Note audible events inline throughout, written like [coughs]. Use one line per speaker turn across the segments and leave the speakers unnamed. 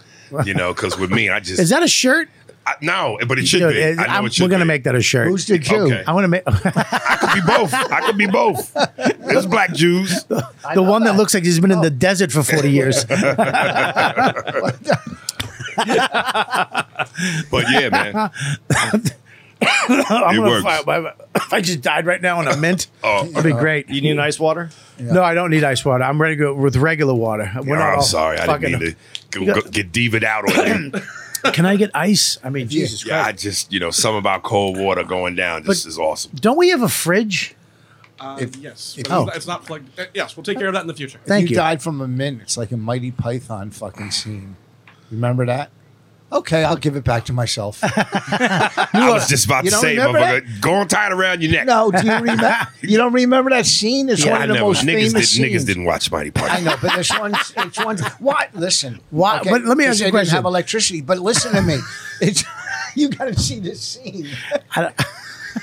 You know, because with me, I just
Is that a shirt?
I, no, but it should
Dude,
be. I know
I'm-
it should
we're gonna
be.
make that a shirt.
who's the Jew?
Okay.
I want to [laughs] make
I could be both. I could be both. There's black Jews.
the one that. Oh. looks like he's been in the desert for forty
[laughs]
years.
But yeah,
[laughs]
man.
[laughs] I'm
It
gonna
works.
fi- my- if I just died right now on a mint,
[laughs] Oh.
it'd be great.
You need ice water.
No, I don't need ice water. I'm ready to go with regular water. We're
Oh,
not all
I'm sorry. I
fucking-
didn't mean to go, go, get divaed out on
[coughs]
you.
[laughs] Can I get ice? I mean, Jesus
Yeah, I
Christ!
just, you know, something about cold water going down just is awesome.
Don't we have a fridge?
Um, yes, but
oh.
it's, not, it's not plugged. uh, yes, we'll take care of that in the future.
Thank
you,
you.
died from a mint. It's like a Mighty Python fucking scene. Remember that? Okay, I'll give it back to [laughs] myself.
I was just about
you
to
don't
say,
remember
motherfucker, go on tied around your neck.
no, do you remember?
[laughs]
You don't remember that scene? It's
Yeah,
one
I
of the
never.
most
Niggas,
famous
did,
scenes.
niggas didn't watch Mighty
I
Party.
know, but this one's it's one's what? Listen,
Why- but let me ask you a
because they didn't
question.
Have electricity, but listen to
[laughs]
me. It's [laughs] you got to see this scene.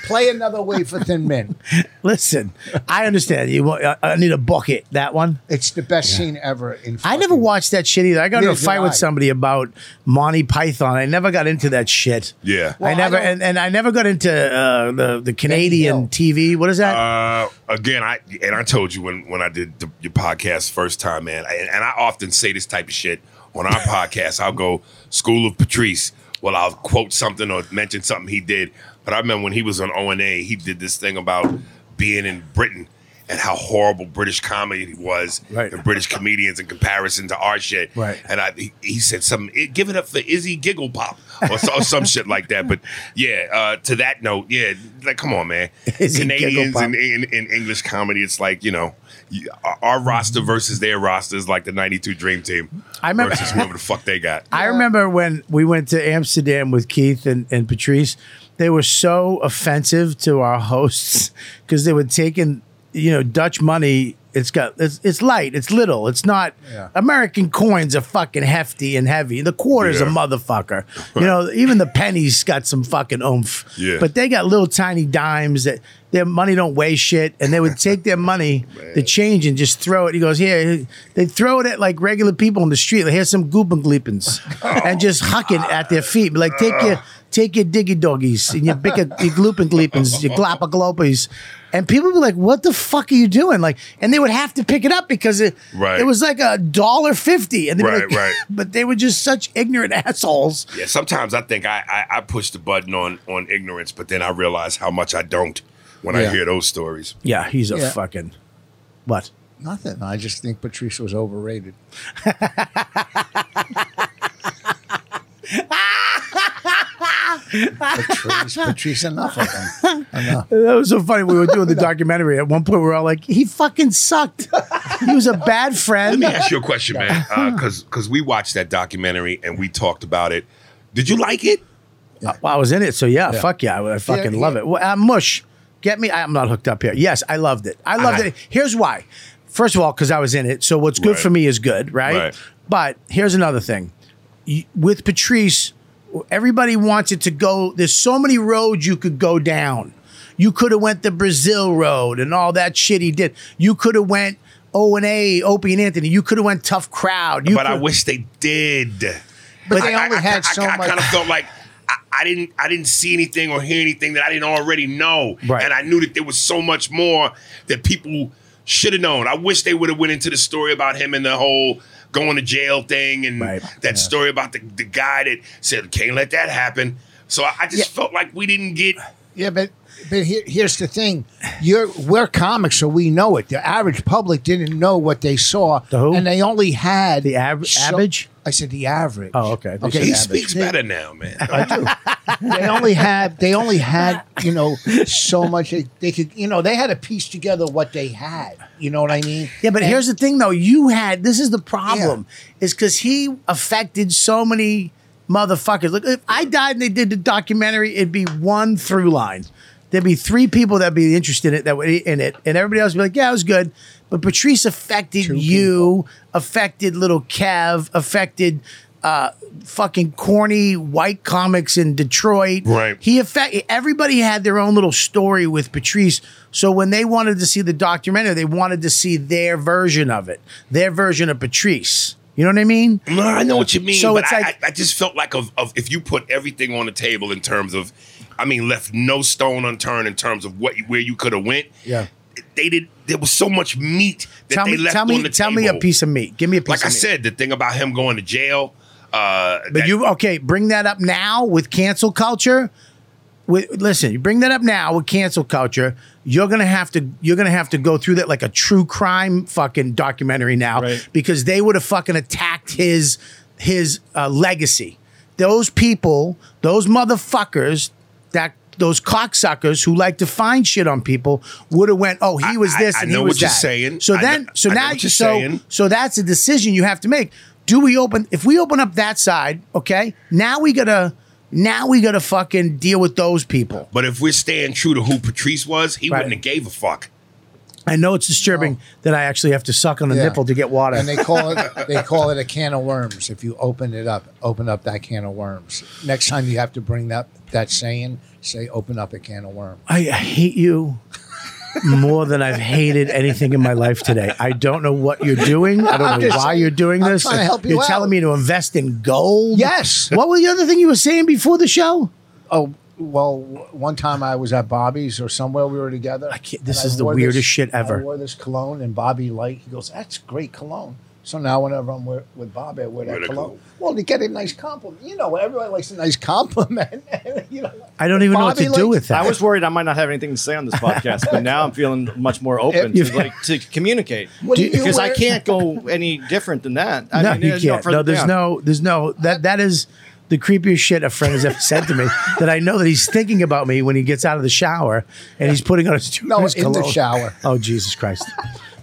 Play another way for Thin Men.
Listen, I understand you. want- I- I need a bucket. That one.
It's the best scene ever. In
I never
fucking-
watched that shit either. I got into a
Neither did
fight
I.
with somebody about Monty Python. I never got into that shit.
Yeah.
I
Well, I
never
don't-
and, and I never got into uh, the the
Hill.
Canadian TV. What is that?
Uh, again, I and I told you when when I did the, your podcast first time, man, and, and I often say this type of shit
[laughs]
on our podcast. I'll go School of Patrice. Well, I'll quote something or mention something he did. But I remember when he was on O and A, he did this thing about being in Britain. and how horrible British comedy was
Right.
and British comedians in comparison to our shit.
Right.
And I, he, he said something, "It- give it up for Izzy Giggle Pop or, so- or some shit like that. But yeah, uh, to that note, yeah, like, come on, man.
[laughs] Izzy Giggle
Canadians
Pop.
and in, in English comedy, it's like, you know, you- our- our roster versus their roster is like the 92 Dream Team
I remember-
versus whoever the fuck they got.
I remember when we went to Amsterdam with Keith and, and Patrice, they were so offensive to our hosts [laughs] because they were taking, you know, Dutch money. It's got it's, it's light, it's little, it's not
Yeah.
American coins are fucking hefty and heavy. The quarter's a
Yeah.
motherfucker. You know, even the pennies got some fucking oomph.
Yeah.
But they got little tiny dimes that their money don't weigh shit. And they
[laughs]
would take their money, the change, and just throw it. He goes, Here, they throw it at like regular people on the street. Like, here's some
[laughs]
goobenglippens. and just huck it at their feet. Be Like, take your take your diggy doggies and your big your gloopenglippens, your gloppa glopies. And people would be like, what the fuck are you doing? Like, and they would have to pick it up because it,
Right.
it was like a dollar fifty. And they'd be
Right,
like-
right.
[laughs] but they were just such ignorant assholes.
Yeah, sometimes I think I, I, I push the button on, on ignorance, but then I realize how much I don't when I
Yeah.
hear those stories.
Yeah, he's a
Yeah.
fucking what?
Nothing. I just think Patrice was overrated. Patrice, Patrice, enough of him. Enough.
That was so funny. We were doing the documentary. At one point, we were all like, "He fucking sucked. he was a bad friend."
[laughs] Let me ask you a question, man, because because we watched that documentary and we talked about it. Did you like it?
Uh, Well, I was in it, so yeah, fuck yeah, I, I fucking
Yeah,
love
yeah.
it. Well, uh, mush, get me. I'm not hooked up here. Yes, I loved it. I loved
Uh-huh.
it. Here's why. First of all, because I was in it, so what's good
Right.
for me is good, right?
Right.
But here's another thing. You- With Patrice, everybody wants it to go. There's so many roads you could go down. You could have went the Brazil road and all that shit he did. You could have went O and A, Opie and Anthony. You could have went tough crowd. You
but I
could-
wish they did.
But they
I-
only
I-
had
I-
so
I,
much.
I kind of felt like I, I didn't I didn't see anything or hear anything that I didn't already know,
Right.
and I knew that there was so much more that people should have known. I wish they would have went into the story about him and the whole going to jail thing, and
Right.
that story about the, the guy that said can't let that happen. So I, I just felt like we didn't get.
Yeah, but but here, here's the thing: you're we're comics, so we know it. The average public didn't know what they saw,
The who?
and they only had
The av- average?
I said the average.
Oh,
[laughs]
okay. They
Okay.
He
said
speaks better now,
[laughs]
man.
they only had they only had you know so much they, they could you know they had to piece together what they had. You know what I mean?
Yeah, but
And-
here's the thing though. You had this is the problem is because he affected so many motherfuckers. Look, if I died and they did the documentary, it'd be one through line. There'd be three people that'd be interested in it that were in it, and everybody else would be like, "Yeah, it was good." But Patrice affected you, affected little Kev, affected uh, fucking corny white comics in Detroit.
Right.
He affect everybody had their own little story with Patrice. So when they wanted to see the documentary, they wanted to see their version of it, their version of Patrice. You know what I mean?
No, I know what you mean.
So
but
it's
I,
like-
I, I just felt like of, of if you put everything on the table in terms of, I mean, left no stone unturned in terms of what you- where you could have went.
Yeah.
they did. There was so much meat that
Tell
they
me,
left
tell
on
me,
the
tell
table.
me a piece of meat. Give me a piece.
Like
of
I
meat.
said, the thing about him going to jail. Uh,
But
that-
you okay? Bring that up now with cancel culture. With, listen, you bring that up now with cancel culture. You're gonna have to you're gonna have to go through that like a true crime fucking documentary now
Right.
because they would have fucking attacked his his uh, legacy. Those people, those motherfuckers, that those cocksuckers who like to find shit on people would have went, oh, he
I-
was
I-
this
I
and he
know
was
what you're
that.
saying.
So
I
then,
know-
so
I know
now,
what you're
so
saying.
so that's a decision you have to make. Do we open if we open up that side, okay? Now we gotta now we gotta fucking deal with those people.
but if we're staying true to who Patrice was, he
Right.
wouldn't have gave a fuck.
I know it's disturbing that I actually have to suck on a
Yeah.
nipple to get water.
And they call it they call it a can of worms. If you open it up, open up that can of worms. Next time you have to bring that that saying, say open up a can of worms.
I hate you more than I've hated anything in my life today. I don't know what you're doing. I don't know
just-
why you're doing
I'm
this.
trying to help you
are
out.
telling me to invest in gold.
Yes.
What was the other thing you were saying before the show?
Oh well, w- one time I was at Bobby's or somewhere we were together.
can't-
and
this
I
is the
wore
weirdest shit ever.
I wore this cologne, and Bobby liked. He goes, "That's great cologne." So now whenever I'm with, with Bob, I wear that
Wear the
cologne.
cologne.
Well, to get a nice compliment, you know, everybody likes a nice [laughs] compliment. you know,
I don't even know what to
Bobby
do
likes-
with that.
I was worried I might not have anything to say on this podcast, but now I'm feeling much more open to,
You've-
like, to communicate
What do you
because I
wear?
can't go any different than that. I
no,
mean,
you
uh,
can't. No,
further
there's
down.
no, there's no. That that is the creepiest shit a friend has ever said to me. That I know that he's thinking about me when he gets out of the shower and he's putting on his
No,
his
in the
cologne.
shower.
Oh Jesus Christ!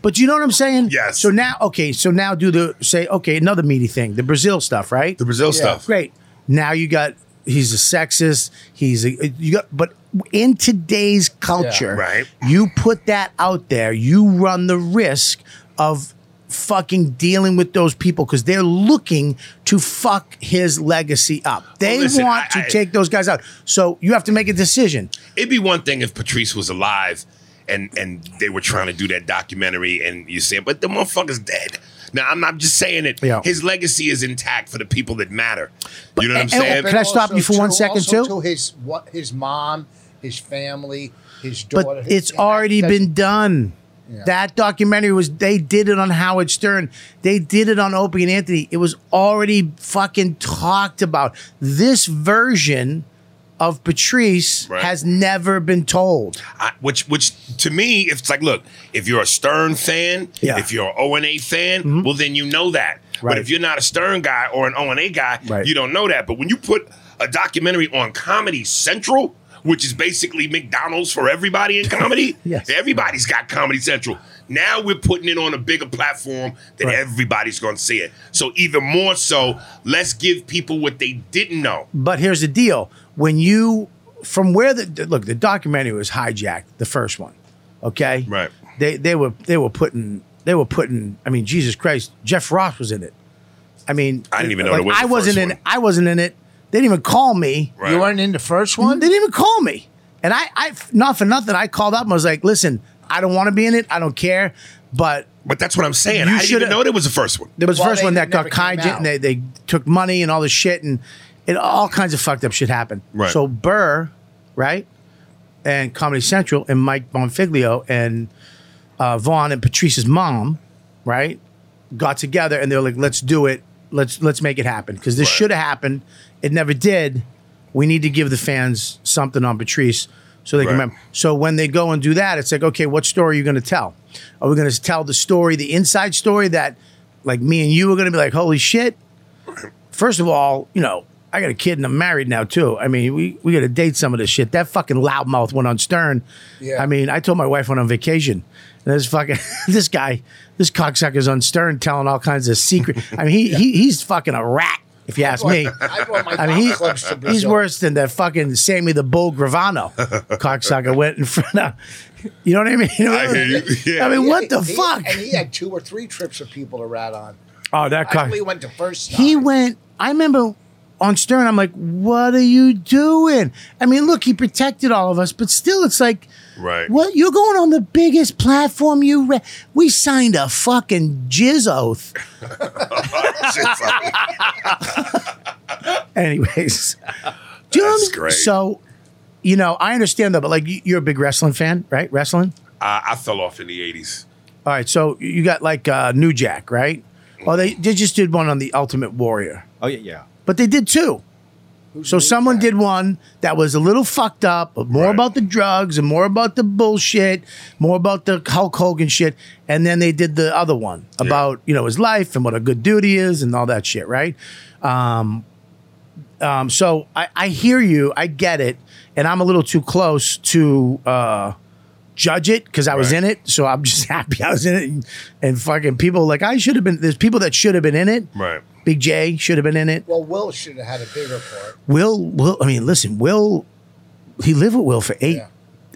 But you know what I'm saying?
Yes.
So now, okay, so now do the say okay another meaty thing, the Brazil stuff, right?
The Brazil stuff.
Great. Now you got he's a sexist. He's a you got but in today's culture,
Right.
You put that out there, you run the risk of fucking dealing with those people because they're looking to fuck his legacy up. They
listen,
want
I-
to
I-
take those guys out. So you have to make a decision.
It'd be one thing if Patrice was alive and and they were trying to do that documentary and you say, but the motherfucker's dead. Now I'm not just saying it.
Yeah.
His legacy is intact for the people that matter. You know what I'm
and-
saying?
Can I stop
also
you for one
to-
second,
also
too?
To his what his mom, his family, his
But
daughter.
it's
Yeah,
already
that's-
been done. That documentary was they did it on Howard Stern. They did it on Opie and Anthony. It was already fucking talked about. This version of Patrice
Right.
has never been told.
I, which which to me it's like look if you're a stern fan
Yeah. Mm-hmm.
if you're an ona fan well then you know that
Right.
but if you're not a stern guy or an ona guy
Right.
you don't know that but when you put a documentary on comedy central which is basically mcdonald's for everybody in comedy
[laughs] Yes.
everybody's got comedy central now we're putting it on a bigger platform that
Right.
everybody's going to see it so even more so let's give people what they didn't know
But here's the deal: when you, from where the look, the documentary was hijacked. The first one, okay,
Right.
They they were they were putting they were putting. I mean, Jesus Christ, Jeff Ross was in it. I mean,
I didn't even know
like,
there was
I
a
wasn't
first
in.
one.
I wasn't in it. They didn't even call me.
Right.
You weren't in the first
They
one.
didn't even call me. And I, I not for nothing. I called up and was like, "Listen, I don't want to be in it. I don't care." But
but that's what i'm saying i didn't
shoulda-
even know there was a first one
there was the
Well,
first
they
one that got
never came
hijacked
out.
and they, they took money and all this shit and it, all kinds of fucked up shit happened.
Right.
So Burr, right, and Comedy Central and Mike Bonfiglio and uh, Vaughn and Patrice's mom, right, got together and they were like, "Let's do it. Let's let's make it happen because this
Right.
should have happened. It never did. We need to give the fans something on Patrice." So they can
Right.
remember. So when they go and do that, it's like, okay, what story are you going to tell? Are we going to tell the story, the inside story that like me and you are going to be like, holy shit. First of all, you know, I got a kid and I'm married now too. I mean, we, we got to date some of this shit. That fucking loudmouth went on Stern.
Yeah.
I mean, I told my wife went on vacation. And this fucking [laughs] this guy, this cocksucker's on Stern telling all kinds of secret. I mean, he, he he's fucking a rat if you ask me.
[laughs] I brought my
I mean,
golf clubs to
he, he's
Brazil.
worse than that fucking Sammy the Bull Gravano cocksucker went in front of. You know what I mean?
I hear you. Yeah.
I mean,
He-
what the
he-
fuck?
And he had two or three trips of people to rat on.
oh, that
I
cock.
only went the first.
He
time.
went. I remember on Stern. I'm like, what are you doing? I mean, look, he protected all of us, but still, it's like,
Right.
What you're going on the biggest platform you? Re- we signed a fucking jizz oath. [laughs]
[laughs]
[laughs]
Anyways, do you know what
That's
I'm-
great.
So, you know, I understand that, but like, you- you're a big wrestling fan, right? Wrestling.
I, I fell off in the 80s.
All right, so you got like uh, New Jack, right? Oh, they they just did one on the Ultimate Warrior,
Oh yeah, yeah.
but they did two. [laughs] So someone did one that was a little fucked up, but more
Right.
about the drugs and more about the bullshit, more about the Hulk Hogan shit, and then they did the other one about you know his life and what a good dude he is and all that shit, right? Um, um, so I, I hear you, I get it, and I'm a little too close to uh, judge it because I was in
Right.
it, so I'm [laughs] just happy I was in it, and, and fucking people like I should have been. There's people that should have been in it.
Right.
Big J should have been in it.
Well, Will should have had a bigger part.
Will, Will, I mean, listen, Will, he lived with Will for eight
Yeah.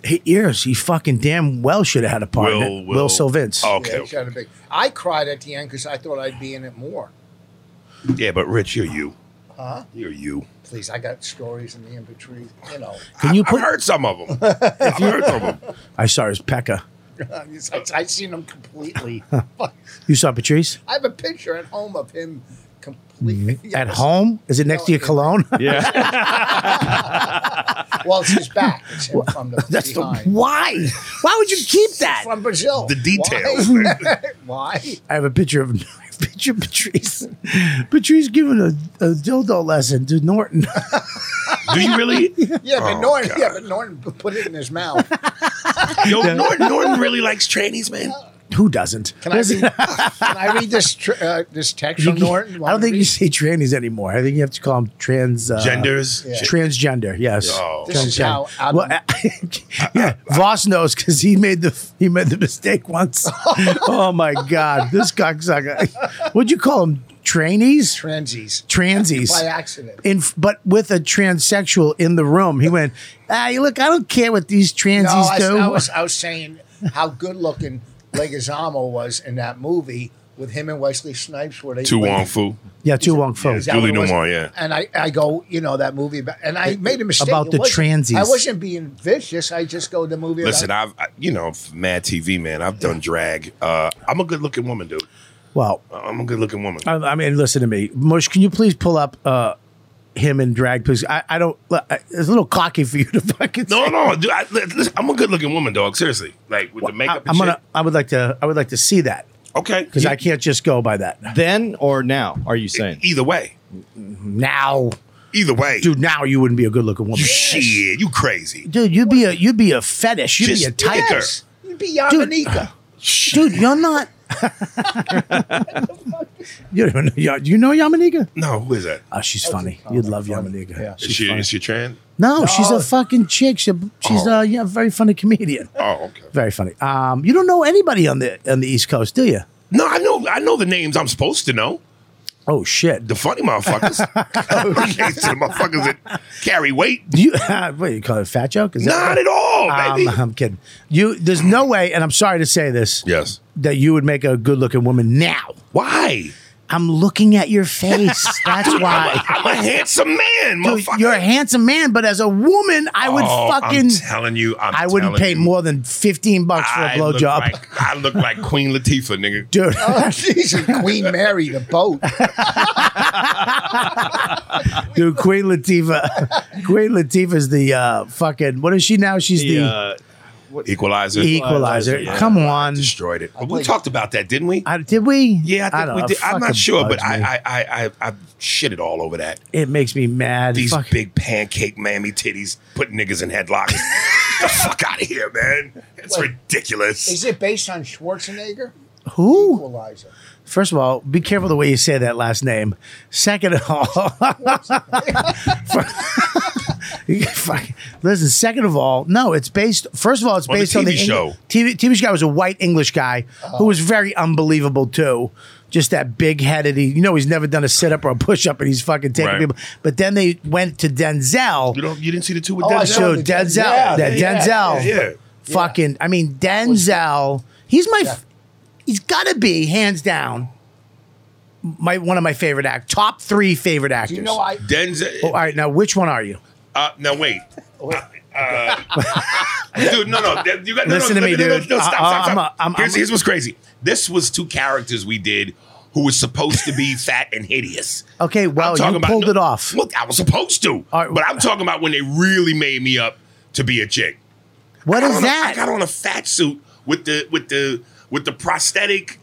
eight years. He fucking damn well should have had a partner. Will,
Will- Will-
Silvince.
Okay.
Yeah, he should have had a big. I cried at the end because I thought I'd be in it more.
Yeah, but Rich, you're you. Huh? You're you.
Please, I got stories in the infantry. You know, [laughs]
Can you
I-
put?
I've heard some of them. I've heard some of them.
I saw his Pekka.
I, I seen
[laughs]
him completely.
You saw Patrice
I have a picture at home of him completely
Mm-hmm.
[laughs]
at home. Is it next to your cologne? [laughs]
Yeah, [laughs]
Well, it's his back. It's him from the
[laughs] That's the
behind.
why.
[laughs]
Why would you keep that?
from Brazil.
The details.
Why? [laughs] Why?
I have a picture of. [laughs] teacher Patrice. Patrice giving a, a dildo lesson to Norton. [laughs]
Do you really?
Yeah, but
Oh,
Norton.
God.
Yeah, but Norton p- put it in his mouth.
Yo, Norton, Norton really likes trannies, man.
Who doesn't? [laughs]
Can I read, can I read this tr- uh, this text from
[laughs]
Norton?
I don't think you say trannies anymore. I think you have to call them trans uh,
Genders.
yeah.
Shit.
Transgender, yes.
Oh.
This is how I'm-
well, [laughs] yeah, Voss knows because he made the he made the mistake
[laughs]
once. oh my God, this cocksucker! What'd you call him? Trainees,
transies
transies.
by accident.
in but with a transsexual in the room, he went, "Ah, you look, I don't care what these transies
No, I,
do."
I was I was saying how good looking Leguizamo was in that movie with him and Wesley Snipes, where they
Too
where-
Wong Fu.
yeah, two Wong Fu.
Yeah,
Is that
Julie
what it was?
Newmar, yeah.
And I, I go, you know, that movie about, and I made a mistake
About
It
the
wasn't-
transies.
I wasn't being vicious. I just go the movie.
Listen,
about,
I've I, you know f- Mad TV man. I've done drag. Uh, I'm a good looking woman, dude. Uh,
Well,
I'm a good looking woman.
I, I mean, listen to me, Mush. Can you please pull up uh, him in drag, please? I, I don't. I, it's a little cocky for you to [laughs] fucking.
No,
say.
no, dude. I, li- listen, I'm a good looking woman, dog. Seriously, like with the
I,
makeup. and
I'm gonna.
shit.
I would like to. I would like to see that
Okay,
because I can't just go by that
Then or now? Are you saying?
Either way,
now,
either way,
dude. Now you wouldn't be a good-looking woman,
You shit, you crazy.
dude. You'd be a. You'd be a fetish. You'd
Just
be a tiger.
look at her.
you'd be [laughs] Yamanika.
Dude, you're not. [laughs] you don't even know. Ya- You know Yamanika?
No, who is that?
Oh, she's funny. You'd love Yamanika.
Yeah.
Is
She's
she,
funny.
is she trans?
no, she's
No.
a fucking chick. She, she's
Oh.
a yeah, very funny comedian.
Oh, okay.
Very funny. Um, you don't know anybody on the on the East Coast, do you?
No, I know. I know the names I'm supposed to know.
Oh shit.
The funny
[laughs]
motherfuckers. I can't see the motherfuckers that carry weight.
Do you [laughs] what you call it? A fat joke? Is
Not
that
at all, baby.
um, I'm kidding. You there's no way, and I'm sorry to say this,
yes.
that you would make a good looking woman now.
Why?
I'm looking at your
[laughs]
face. That's why.
I'm a handsome man,
Dude,
motherfucker.
you're a handsome man, but as a woman, I would
Oh,
fucking
I'm telling you, I'm
I wouldn't
telling
pay
you.
more than fifteen bucks for a
I look
blowjob,
Like, I look like Queen Latifah,
[laughs]
nigga.
dude.
Oh, she's a Queen Mary, the boat.
dude, Queen Latifah, [laughs] Queen Latifah's the uh, fucking what is she now? She's the,
The, uh,
Equalizer.
equalizer.
yeah.
Come on,
Destroyed it. we talked about that, didn't we?
I, did we?
yeah, I think
don't
we
know.
did.
It
I'm
fucking
not sure, but
bugs me.
I, I, I, I, I shitted all over that.
it makes me mad.
These
Fuck.
big pancake mammy titties put niggas
[laughs]
in headlocks. Get the fuck out of here, man. It's
Wait.
ridiculous.
Is it based on Schwarzenegger?
Who?
Equalizer.
First of all, be careful the way you say that last name. Second of all, [laughs] You can fucking- listen. Second of all, no, it's based. First of all, it's
On the
based on the
TV
Eng-
show.
TV TV guy was a white English guy who was very unbelievable too. Just that big headed. He, you know, he's never done a sit up or a push up, and he's fucking taking
Right.
people. But then they went to Denzel.
you don't. You didn't see the two with
Oh, I
Denzel?
saw
So
the
Denzel,
Denzel. Yeah,
that
yeah,
Denzel,
yeah.
fucking. I mean, Denzel. He's my. f He's got to be hands down. My one of my favorite act, top three favorite
Do
actors.
you know I?
Denzel.
Oh, all right, now which one are you?
Uh, now wait.
Oh,
Uh,
[laughs]
uh, dude, no, no, that- you got no,
Listen to
no, no,
me,
no, no,
dude.
No, stop,
I-
stop,
I'm
stop.
a- I'm-
here's,
I'm-
here's what's crazy. This was two characters we did who was supposed to
[laughs]
be fat and hideous.
Okay, well,
talking
Oh, you
about-
pulled
no,
it off.
Look, I was supposed to,
All right.
but I'm talking about when they really made me up to be a chick.
What
I
is
got on a- I got
that?
on a fat suit with the with the with the prosthetic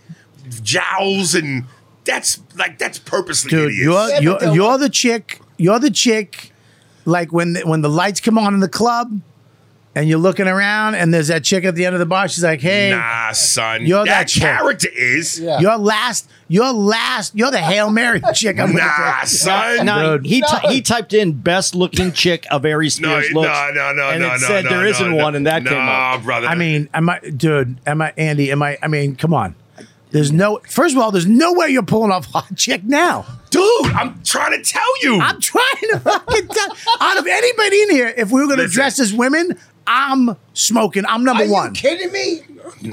jowls and that's like that's purposely
Dude,
hideous.
you're
Yeah, but
you're,
the-
you're the chick. You're the chick. Like when the, when the lights come on in the club, and you're looking around, and there's that chick at the end of the bar. She's like, "Hey,
nah, son.
You're that
that,
chick.
character is.
Yeah.
your last, your last, you're the hail mary chick." I'm gonna
Nah,
take."
son.
no,
Dude.
he ty- he typed in best looking chick of Ari
No,
Spears
no,
looks.
no, no, no,
and
no,
it said
no,
there
no,
isn't
no,
one, and that
no,
came up.
brother.
I mean, am I, dude? Am I, Andy? Am I? I mean, come on. There's no. First of all, there's no way you're pulling off hot chick now.
dude, I'm trying to tell you.
I'm trying to fucking tell. Out of anybody in here, if we were going to
Listen.
dress as women, I'm smoking. I'm number
Are you
one.
kidding me?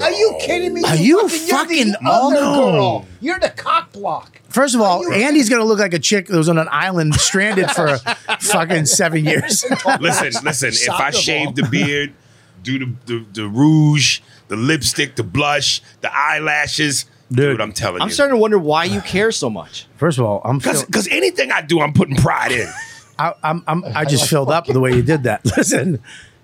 Are you kidding me?
Are you
you're
fucking
the other
all-
girl. You're the cock block.
First of all, Andy's going to look like a chick that was on an island stranded
[laughs]
for fucking seven years.
listen, listen. If
Soccer
I
ball.
shave the beard, do the, the the rouge, the lipstick, the blush, the eyelashes, dude, I'm telling
I'm
you.
starting to wonder why you care so much.
First of all, I'm feel,
because anything I do, I'm putting pride in.
I, I'm, I'm I just filled up with the way you did that. [laughs] Listen,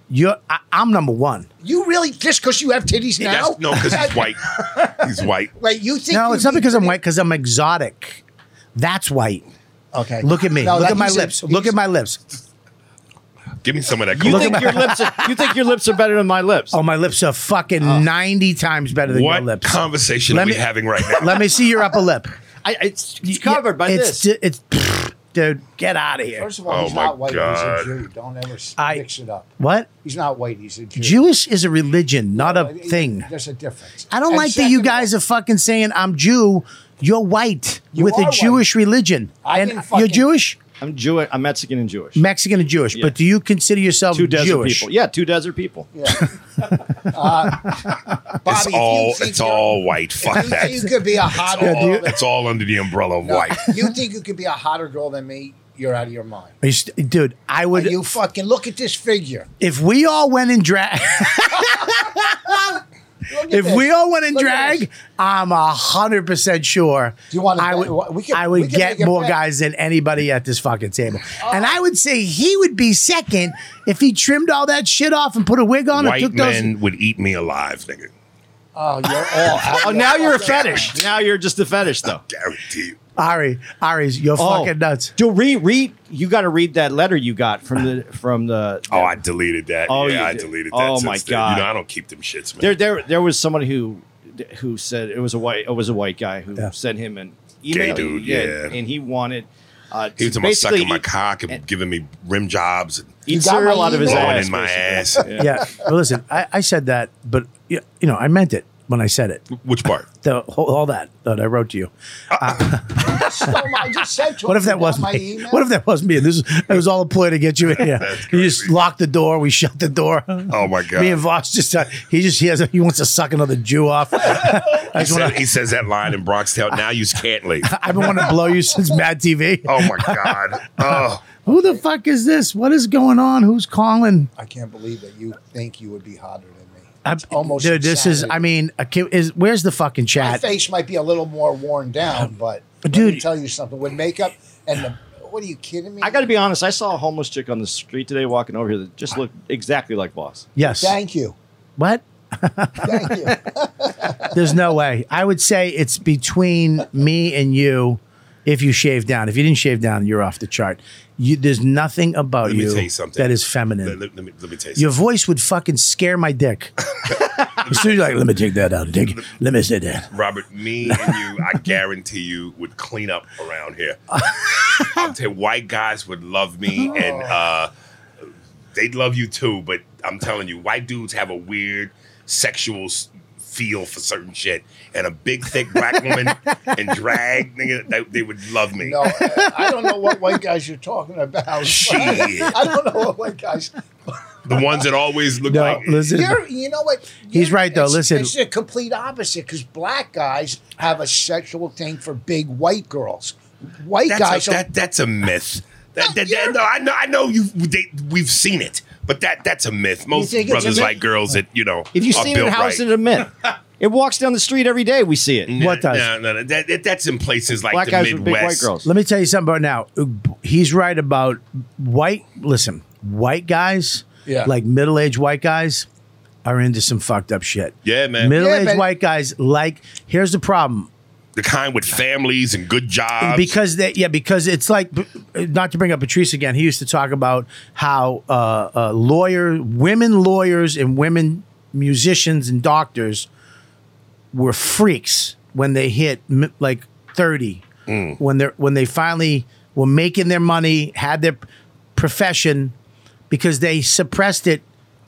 You're, I, I'm number one.
You really just because you have titties now?
That's, no, because he's white.
[laughs]
he's white.
Like you think?
No,
you
it's not
need
because
to
I'm
be-
white. Because I'm exotic. That's white.
Okay.
Look at me.
No,
Look
that-
at my
he's a-
lips. Look
he's-
at my lips.
Give me some of that.
You
Look
think your lips? Are, you think your lips are better than my lips?
Oh, my lips are fucking ninety times better than
what
your lips.
conversation
Let
are we
me-
having right now?
[laughs] Let me see your upper lip.
I, it's, it's covered by
it's,
this.
di- It's, [sniffs] dude, get out of here.
First of all,
Oh
he's
my
not white.
God.
He's a Jew. Don't ever s-
I-
mix it up.
What?
He's not white. He's a Jew.
Jewish is a religion, not a
Uh, it-
thing.
There's a difference.
I don't
And
like that you
second of
guys are fucking saying I'm Jew. You're white
You
with a
are
Jewish religion,
I
and
didn't
you're
fucking-
Jewish,
I'm Jewish. I'm Mexican and Jewish.
Mexican, and Jewish. But do you consider yourself
two desert
Jewish?
people. Yeah, two desert people.
all, Uh, Bobby,
It's
if you
all
think
it's
you're-
all white. Fuck
You
that.
think you could be a hotter girl than-
It's all under the umbrella of
No, [laughs]
white.
You think you could be a hotter girl than me? You're out of your mind.
Are you st- dude, I would.
You fucking look at this figure.
if we all went in [laughs] drag,
Look at
if
this.
we all went in
Look at
drag,
this.
I'm hundred percent sure.
Do you wanna
I
bet-
would.
we can-
I would
we can
get
make a
more
bet.
guys than anybody at this fucking table, and
Oh.
I would say he would be second if he trimmed all that shit off and put a wig on and
White
took those.
men would eat me alive, nigga.
oh, you're all out
Oh,
of
now
your
you're a
fucking mind.
fetish. Now you're just a fetish, though.
Guarantee you.
Ari, Ari's, you're
Oh.
fucking
[laughs]
nuts.
Joe, read, read. You got to read that letter you got from the from the.
Oh, I deleted that.
Oh, you
yeah, I
did.
deleted that.
Oh,
since
my
then.
God.
You know, I don't keep them shits, man.
there, there, there was someone who who said it was a white. It was a white guy who
Yeah.
sent him an
Gay
email.
dude, yeah.
and he wanted. Uh,
he was
to
talking about
basically
sucking my
eat-
cock and, giving me rim jobs and
Eat
got
cereal
my
out of his
email?
blowing
ass.
in my
basically.
ass.
Yeah. Well, listen, I, I said that, but you you know, I meant it when I said it.
[laughs] Which part?
The whole, all that that I wrote to you.
Stole my- I just
[laughs]
said to him,
What if
you
that
got
wasn't
my
me?
email?
What if that wasn't me? This is, it was all a ploy to get you in
[laughs]
here. You just lock the door. We shut the
[laughs]
door.
Oh my god!
Me and Voss just uh, he just he has a, he wants to suck another Jew off. [laughs] I
he,
just want
said,
to.
he says that line in Bronxtown. Now you can't leave.
I've been wanting to blow you since Mad TV.
Oh my god! Oh,
Who the fuck is this? What is going on? Who's calling?
I can't believe that you think you would be hotter than me.
I'm,
It's almost
dude. This is.
insanity.
I mean, a kid is where's the fucking
my
chat?
face might be a little more worn down, but let
Um, Dude.
me tell you something. With makeup and the, what are you kidding me?
I got to be honest. I saw a homeless chick on the street today walking over here that just looked exactly like Boss.
Yes.
Thank you.
What?
Thank you.
There's no way. I would say it's between me and you. If you shave down, if you didn't shave down, you're off the chart. You, there's nothing about
let me
you,
tell you something.
that is feminine.
Let, let- let me, let me tell you.
Your voice would fucking scare my
[laughs]
dick. as soon as you're like, let me take that out. Take, let me say that.
something. Robert, me and you,
[laughs]
I guarantee you, would clean up around here.
Oh.
I'll tell you, white guys would love me, and
Oh.
uh, they'd love you too. But I'm telling you, white dudes have a weird sexual s- feel for certain shit, and a big, thick
[laughs]
black woman in drag, nigga, they, they would love me.
No, I don't know what white guys you're
[laughs]
talking about. [laughs]
Shit.
I don't know what white guys.
The ones that always look
No,
like
listen.
You're, you know what?
He's
You're-
right, though.
it's-
Listen.
it's the complete opposite because black guys have a sexual thing for big white girls. White
that's
guys
a,
are
that, that's a myth. That, that,
you're-
that, no, I know, I know you. They, we've seen it, but that that's a myth. Most
think it's a
brothers
myth?
like girls that you know.
If you
are
see it,
built
how is
right.
it a
[laughs]
myth? It walks down the street every day. We see it.
Nah,
What does?
nah, nah, nah. That- that- that's in places like
Black
the
guys
Midwest.
with big white girls.
Let me tell you something about now. He's right about white. Listen, white guys,
Yeah.
like middle aged white guys, are into some fucked up shit.
Yeah, man.
Middle aged
Yeah, but-
white guys like. Here's the problem.
The kind with families and good jobs.
because they yeah because it's like not to bring up Patrice again he used to talk about how uh, uh, lawyer women lawyers and women musicians and doctors were freaks when they hit m- like 30 when they are when they finally were making their money had their p- profession because they suppressed it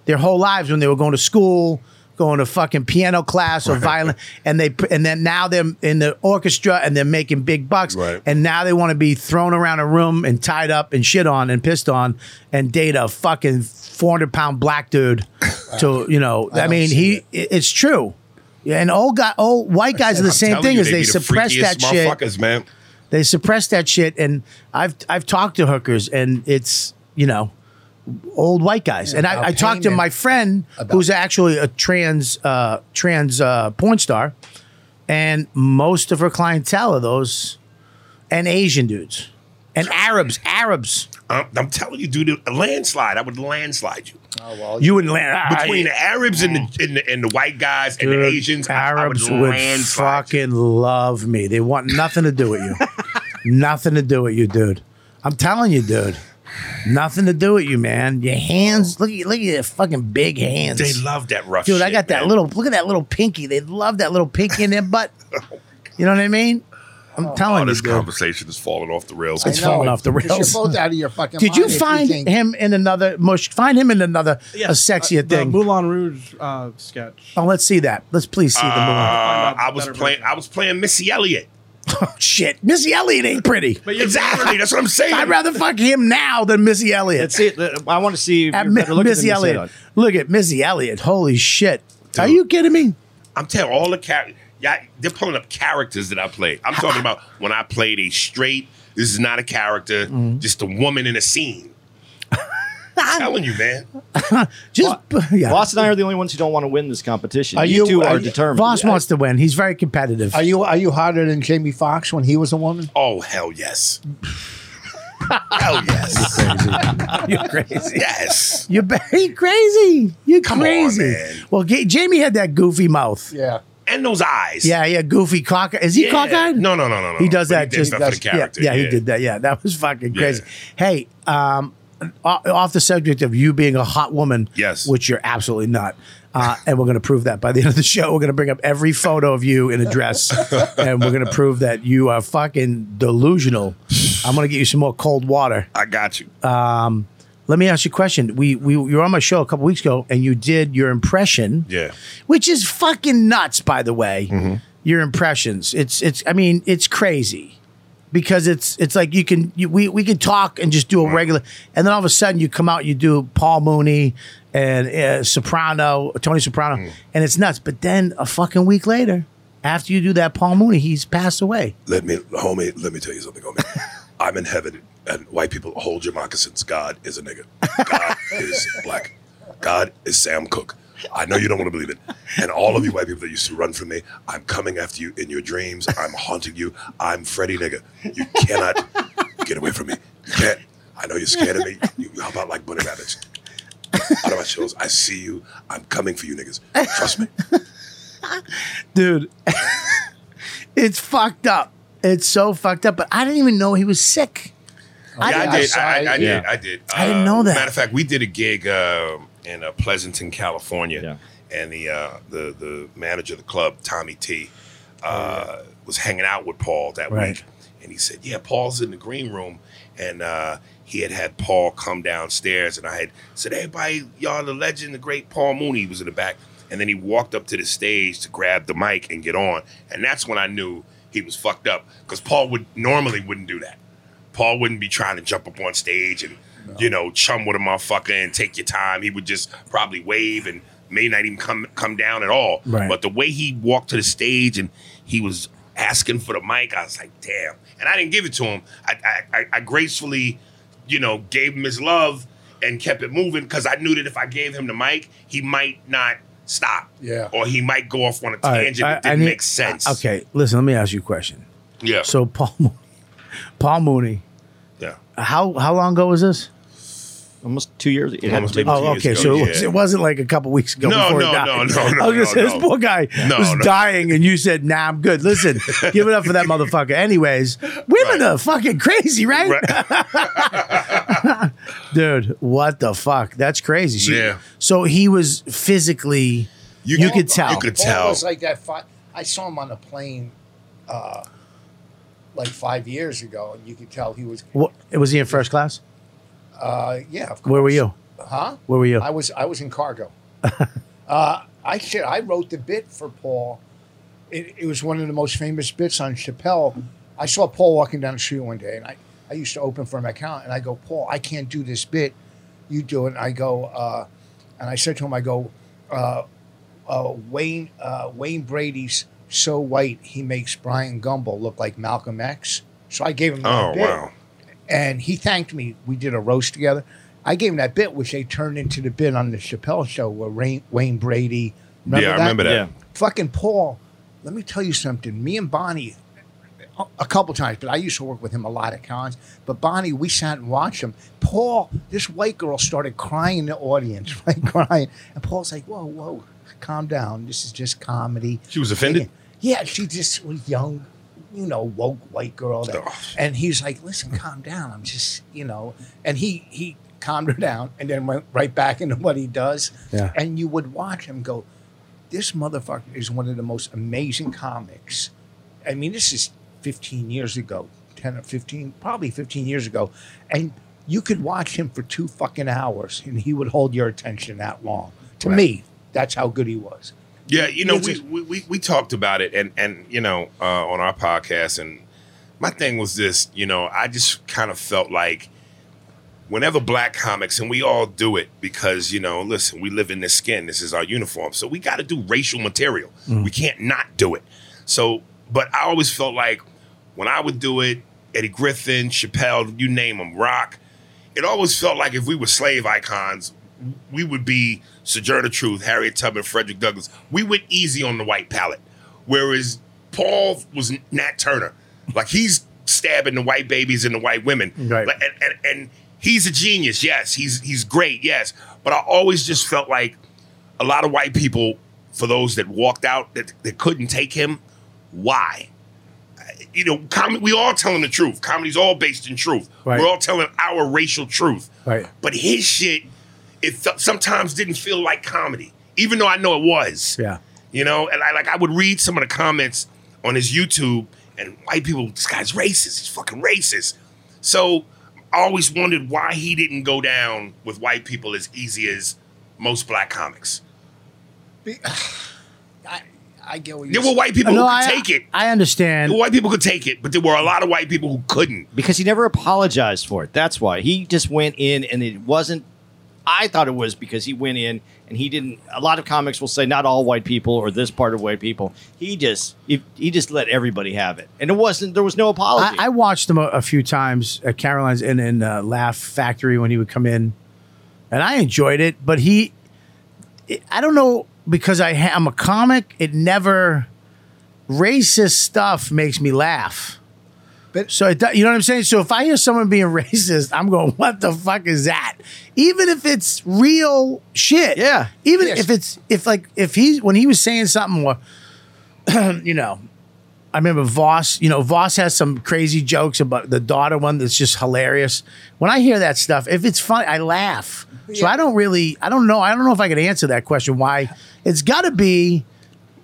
their whole lives when they were going to school, going to fucking piano class or violin, and they and then now they're in the orchestra and they're making big bucks,
Right.
and now they want to be thrown around a room and tied up and shit on and pissed on and date a fucking four hundred pound black
[laughs]
dude. To you know, I,
don't
mean,
see
he
it.
it- it's true. Yeah, and old guy, old white guys are the same
Telling
thing
you,
as they,
be the
suppress
freakiest
that shit
Motherfuckers, man.
they suppress that shit and i've i've talked to hookers and it's you know old white guys and i,
about
I talked to
payment.
my friend
About-
who's actually a trans uh trans uh porn star and most of her clientele are those and asian dudes And Arabs, Arabs.
I'm, I'm telling you, dude, a landslide. I would landslide you
Oh well,
You wouldn't land
between the Arabs and the, and the and the white guys and the Asians. I- I
Arabs
would,
would,
landslide.
fucking love me. They want nothing to do with you.
[laughs]
nothing to do with you, dude. I'm telling you, dude. Nothing to do with you, man. Your hands, look at look at your fucking big hands.
They love that rough.
dude, I
shit,
got that
man.
little look at that little pinky. They love that little pinky in their
[laughs]
butt. You know what I mean? I'm
Oh,
telling you,
this
dude.
conversation is falling off the rails.
It's falling off the rails.
You're both out of your fucking.
Did you
mind if
find
think-
him in another mush? Find him in another a
Uh,
sexier
uh, the
thing.
Moulin Rouge uh, sketch.
oh, let's see that. Let's please see the Moulin.
Uh,
out
I was
better
playing.
version.
I was playing Missy Elliott.
[laughs] Oh shit, Missy Elliott ain't pretty.
But you're-
Exactly. That's what I'm saying.
I'd rather fuck him now than Missy Elliott.
Let's see. it. I want to see. If
At
you're
Mi-
better looking than
Missy Elliott. Look at Missy Elliott. Holy shit. Are
Dude.
you kidding me?
I'm telling all the characters. Yeah, they're pulling up characters that I played. I'm talking about when I played a straight. This is not a character.
Mm-hmm.
Just a woman in
[laughs]
a scene. I'm telling you, man.
Just [laughs] yeah.
Boss and I are the only ones who don't want to win this competition.
Are
you,
you-
two
are
are
you-
determined.
Boss wants to win. He's very competitive.
Are you are you hotter than Jamie Foxx when he was a woman?
Oh
[laughs]
hell yes. hell yes.
[laughs] You're crazy.
Yes.
[laughs] You're very crazy. You're
on,
crazy.
man.
Well, Ga- Jamie had that goofy mouth.
Yeah.
And those eyes.
Yeah, yeah, goofy cock. Is he
Yeah.
cockeyed?
No, no, no, no, no.
He does
Um, But
that
did
just
stuff for the
that's-
character.
Yeah, yeah, he did that. Yeah, that was fucking
Yeah.
crazy. Hey, um, o- off the subject of you being a hot woman,
Yes.
which you're absolutely not. Uh, and we're going to prove that by the end of the show. We're going to bring up every photo of you in a
[laughs]
dress, and we're going to prove that you are fucking delusional. I'm going to get you some more cold water.
I got you.
Uh, Let me ask you a question. We we you were on my show a couple weeks ago, and you did your impression
yeah.
which is fucking nuts, by the way.
Mm-hmm.
Your impressions. It's it's. I mean, it's crazy because it's it's like you can you, we we can talk and just do a regular, and then all of a sudden you come out you do Paul Mooney and uh, Soprano, Tony Soprano,
Mm.
and it's nuts. But then a fucking week later, after you do that Paul Mooney, he's passed away.
Let me, homie. Let me tell you something, homie. I'm in heaven, and white people hold your moccasins. God is a nigga. God is black. God is Sam Cook. I know you don't want to believe it. And all of you white people that used to run from me, I'm coming after you in your dreams. I'm haunting you. I'm Freddy nigga. You cannot get away from me. You can't. I know you're scared of me. You, you hop out like bunny rabbits. Out of my chills. I see you. I'm coming for you niggas. Trust me.
dude. [laughs] it's fucked up. It's so fucked up. But I didn't even know he was sick. I
Yeah,
didn't-
I did. I, I, I
Sorry.
did.
Yeah.
I did.
I didn't
Uh,
know that.
Matter of fact, we did a gig um, in uh, Pleasanton, California, and the uh, the the manager of the club, Tommy T, uh, was hanging out with Paul that
Oh, Right.
week, and he said, "Yeah, Paul's in the green room," and uh, he had had Paul come downstairs, and I had said, "Everybody, y'all, the legend, the great Paul Mooney was in the back," and then he walked up to the stage to grab the mic and get on, and that's when I knew he was fucked up because Paul would normally wouldn't do that. Paul wouldn't be trying to jump up on stage and you know chum with a motherfucker and take your time. He would just probably wave and may not even come come down at all.
Right.
But the way he walked to the stage and he was asking for the mic, I was like, damn. And I didn't give it to him. I I, I, I gracefully, you know, gave him his love and kept it moving because I knew that if I gave him the mic, he might not stop.
Yeah.
Or he might go off on a
All right,
tangent that didn't
need-
make sense.
Okay, listen. Let me ask you a question.
Yeah.
So [laughs] Paul, Mo- Paul Mooney,
yeah.
how how long ago was this?
Almost two years. It had
Almost
to be-
been two
Oh,
years
okay.
ago,
So it,
yeah.
was, it wasn't like a couple weeks ago.
No,
before he
no,
[laughs] died.
no, no, no,
I was gonna say
no,
this
no.
poor guy
[laughs] No,
was
no.
dying, and you said, "Nah, I'm good." Listen,
[laughs]
give it up for that motherfucker. Anyways, women
Right.
are fucking crazy, right?
Right.
[laughs] Dude, what the fuck? That's crazy. So-
Yeah.
So he was physically. You, could tell.
You could
Paul
tell.
was like that. Five, I saw him on a plane, uh, like five years ago, and you could tell he was.
What, was he in first class?
Uh, yeah, of course.
Where were you?
Huh?
Where were you?
I was. I was in cargo. uh, I shit. I wrote the bit for Paul. It, it was one of the most famous bits on Chappelle. I saw Paul walking down the street one day, and I, I used to open for him account, and I go, Paul, I can't do this bit. You do it. And I go, uh, and I said to him, I go, uh, uh, Wayne uh, Wayne Brady's so white he makes Brian Gumble look like Malcolm X. So I gave him. that
Oh
bit
wow!
and he thanked me. We did a roast together. I gave him that bit, which they turned into the bit on the Chappelle show where Rain, Wayne Brady.
yeah, I remember that.
Yeah.
Fucking Paul, let me tell you something. Me and Bonnie, a couple times, but I used to work with him a lot at cons. But Bonnie, we sat and watched him. Paul, this white girl started crying in the audience, [laughs] right? Crying. And Paul's like, whoa, whoa, calm down. This is just comedy.
She was offended?
Yeah, she just was young, you know, woke white girl. that-
Ugh.
and he's like, listen, calm down. I'm just, you know. And he, he calmed her down and then went right back into what he does.
Yeah.
And you would watch him go, this motherfucker is one of the most amazing comics. I mean, this is 15 years ago, 10 or 15, probably 15 years ago. And you could watch him for two fucking hours and he would hold your attention that long. To me, that's how good he was.
Yeah, you know,
It's
we,
just-
we, we, we talked about it and, and you know, uh, on our podcast. And my thing was this, you know, I just kind of felt like whenever black comics, and we all do it because, you know, listen, we live in this skin, this is our uniform. So we got to do racial material. We can't not do it. So, but I always felt like when I would do it, Eddie Griffin, Chappelle, you name them, Rock, it always felt like if we were slave icons, we would be Sojourner Truth, Harriet Tubman, Frederick Douglass. We went easy on the white palate. Whereas Paul was Nat Turner. Like he's stabbing the white babies and the white women.
Right.
Like, and, and, and he's a genius, yes. He's he's great, yes. But I always just felt like a lot of white people, for those that walked out that, that couldn't take him, why? you know, comedy, we all telling the truth. Comedy's all based in truth.
Right.
We're all telling our racial truth.
Right.
But his shit, it felt, sometimes didn't feel like comedy, even though I know it was.
Yeah.
You know, and I like I would read some of the comments on his YouTube, and white people, this guy's racist. He's fucking racist. So I always wondered why he didn't go down with white people as easy as most black comics.
I, I get what
There
you're
were
saying.
white people
No,
who
I
could take it.
I understand.
White people could take it, but there were a lot of white people who couldn't.
because he never apologized for it. That's why he just went in, and it wasn't. I thought it was because he went in and he didn't. A lot of comics will say not all white people or this part of white people. He just he, he just let everybody have it, and it wasn't. There was no apology.
I, I watched him a, a few times at Caroline's and in uh, Laugh Factory when he would come in, and I enjoyed it. But he, it- I don't know because I ha- I'm a comic. It never racist stuff makes me laugh.
But-
so it, do- you know what I'm saying. So if I hear someone being [laughs] racist, I'm going, "What the fuck is that?" Even if it's real shit.
Yeah.
Even
Yes.
if it's if like if he's when he was saying something, well, [clears throat] you know, I remember Voss, you know, Voss has some crazy jokes about the daughter one that's just hilarious. When I hear that stuff, if it's funny, I laugh. So
Yeah.
I don't really, I don't know. I don't know if I could answer that question. Why? It's got to be,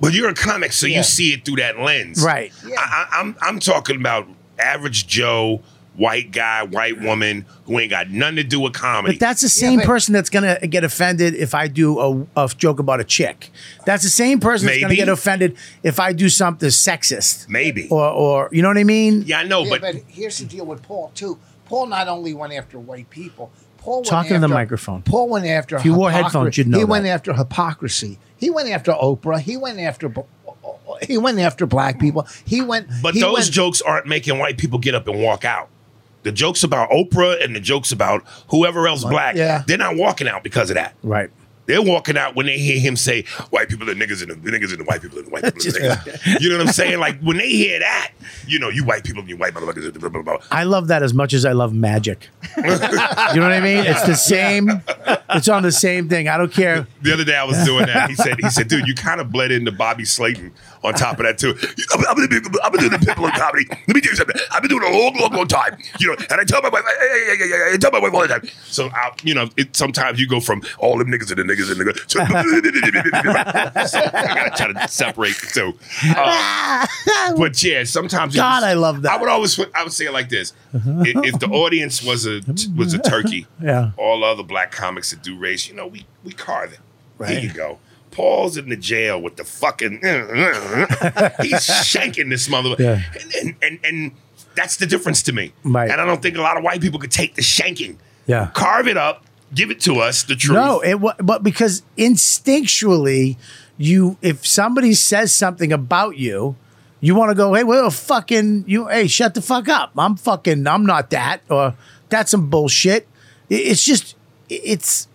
But you're a comic, so
Yeah.
you see it through that lens,
Right.
Yeah.
I, I, I'm I'm talking about average Joe, white guy, white woman who ain't got nothing to do with comedy.
but that's the same
but-
person that's going to get offended if I do a, a joke about a chick. That's the same person that's going to
Maybe.
get offended if I do something sexist
Maybe.
or, or, you know what I mean?
yeah, I know,
Yeah,
but,
but here's the deal with Paul too. Paul not only went after white people. Paul went
Talk into
after,
the microphone.
Paul went after.
If you wore
hypocri-
headphones, you'd know
He went
that.
after hypocrisy. He went after Oprah. He went after. b- He went after black people. He went.
but
he
those
went-
jokes aren't making white people get up and walk out. The jokes about Oprah and the jokes about whoever else black,
yeah.
they're not walking out because of that.
Right.
They're walking out when they hear him say, "White people are niggas and the niggas and the white people and the
[laughs]
white people." And the niggas. You know what I'm saying? Like when they hear that, you know, you white people and you white motherfuckers. Blah, blah, blah.
I love that as much as I love
[laughs]
magic. you know what I mean? It's the same. It's on the same thing. I don't care.
The other day I was doing that. He said, "He said, dude, you
[laughs]
kind of bled into Bobby Slayton on top of that too. I've been, I've been, I've been doing the people in comedy. Let me tell you something. I've been doing it a long, long, long time. You know, and I tell my wife, I, I, I, I, I tell my wife all the time. So, I, you know, it, sometimes you go from all them niggas and the niggas and the niggas. To [laughs] so I gotta try to separate the two. Uh, but yeah, sometimes you
God, I love that. Uh-huh.
I would always, I would say it like this: if, if the audience was a was a turkey,
[laughs] Yeah.
all other black comics that do race, you know, we we carve it. Here
Right.
you go. Paul's in the jail with the fucking. [laughs] he's shanking this mother.
Yeah.
And, and and and that's the difference to me.
Right.
And I don't think a lot of white people could take the shanking.
Yeah.
Carve it up. Give it to us. The truth.
No, it wa- but because instinctually, you if somebody says something about you, you want to go, hey, well, fucking you, hey, shut the fuck up. I'm fucking, I'm not that, or that's some bullshit. I- It's just, i- it's,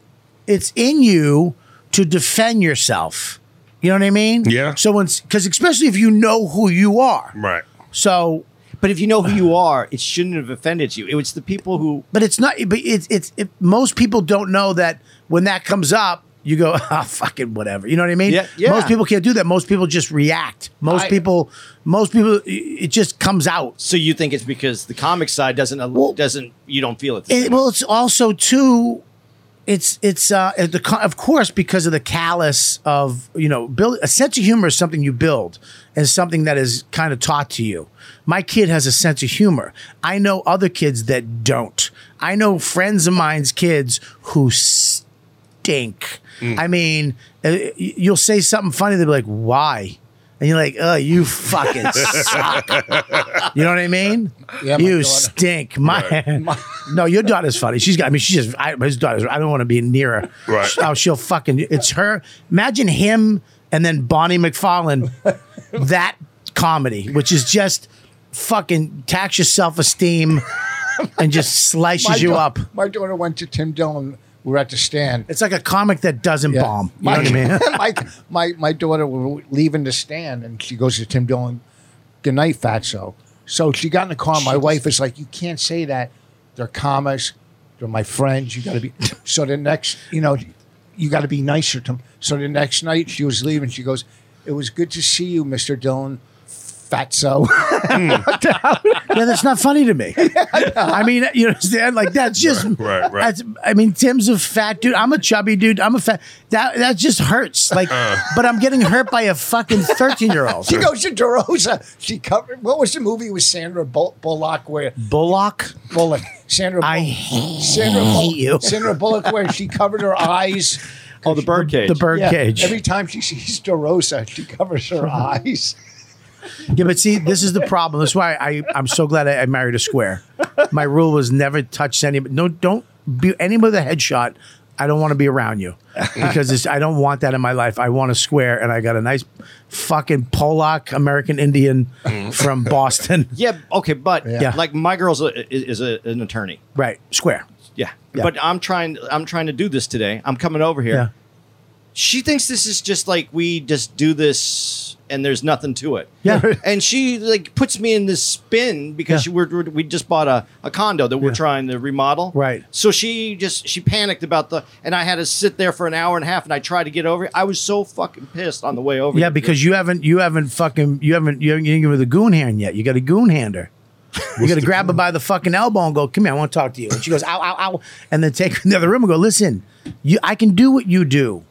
it's in you to defend yourself. You know what I mean?
Yeah.
So when, because especially if you know who you are,
Right.
so
But if you know who [sighs] you are, it shouldn't have offended you. It was the people who
But it's not. But it's it's it, most people don't know that when that comes up, you go, [laughs] ah, fucking whatever. You know what I mean?
Yeah, yeah.
Most people can't do that. Most people just react. Most
I-
people, most people, it just comes out.
So you think it's because the comic side doesn't al- doesn't you don't feel it? the
It,
same
well, it's also too. It's it's uh at the co- of course because of the callous of you know build a sense of humor is something you build and something that is kind of taught to you. My kid has a sense of humor. I know other kids that don't. I know friends of mine's kids who stink. I mean, uh, y- you'll say something funny, they'll be like, "Why?" And you're like, "Oh, you fucking suck." you know what I mean?
Yeah, my
you
daughter.
stink. My,
[laughs]
no, your daughter's funny. She's got. I mean, she's just. I, his daughter's. I don't want to be near her.
Right.
Oh, she'll fucking. It's her. Imagine him and then Bonnie
[laughs]
McFarlane. that comedy, which is just fucking tax your self esteem. And
[laughs]
just
My
slices you
da-
up.
My daughter went to Tim Dillon. We were at the stand.
It's like a comic that doesn't
Yeah.
bomb. You
my,
know what I mean?
[laughs] my, my, my daughter was leaving the stand and she goes to Tim Dillon, good night, fatso. So she got in the car. My wife is like, you can't say that. They're comics. They're my friends. You got to be. [laughs] So the next, you know, you got to be nicer to 'em. So the next night she was leaving. She goes, it was good to see you, Mr. Dillon, fatso. [laughs]
yeah, that's not funny to me. I mean, you understand? Like that's just
Right, right, right.
That's, I mean, Tim's a fat dude. I'm a chubby dude. I'm a fat. That that just hurts. Like, but I'm getting hurt by a fucking thirteen year
[laughs]
old.
she goes to DeRosa. She covered, what was the movie with Sandra Bull- Bullock where
Bullock.
Bullock. Sandra
I
Bull-
hate
Sandra Bullock,
you.
Sandra Bullock, where she covered her eyes.
Oh, the birdcage.
The birdcage.
Yeah, every time she sees DeRosa, she
[laughs]
covers her eyes.
Yeah, but see, this is the problem. That's why I, I'm so glad I, I married a square. My rule was never touch any. No, don't be anybody with a headshot. I don't want to be around you because it's, I don't want that in my life. I want a square, and I got a nice fucking Polak American Indian from Boston.
Yeah. Okay. But
Yeah.
like my girl's a, is, is a, an attorney.
Right, square.
Yeah.
Yeah.
But I'm trying. I'm trying to do this today. I'm coming over here.
Yeah.
She thinks this is just like we just do this and there's nothing to it. [laughs]
Yeah.
And she like puts me in this spin because
Yeah.
she, we're, we're- we just bought a, a condo that we're trying to remodel.
Right.
So she just she panicked about the and I had to sit there for an hour and a half and I tried to get over it. I was so fucking pissed on the way over.
Yeah,
here.
because you haven't you haven't fucking you haven't you haven't given her the goon hand yet. You got a goon hander. You got to grab her by the fucking elbow and go, "Come here, I want to talk to you." And she goes, "Ow, ow, ow," and then take [laughs] her in the other room and go, "Listen, you, I can do what you do.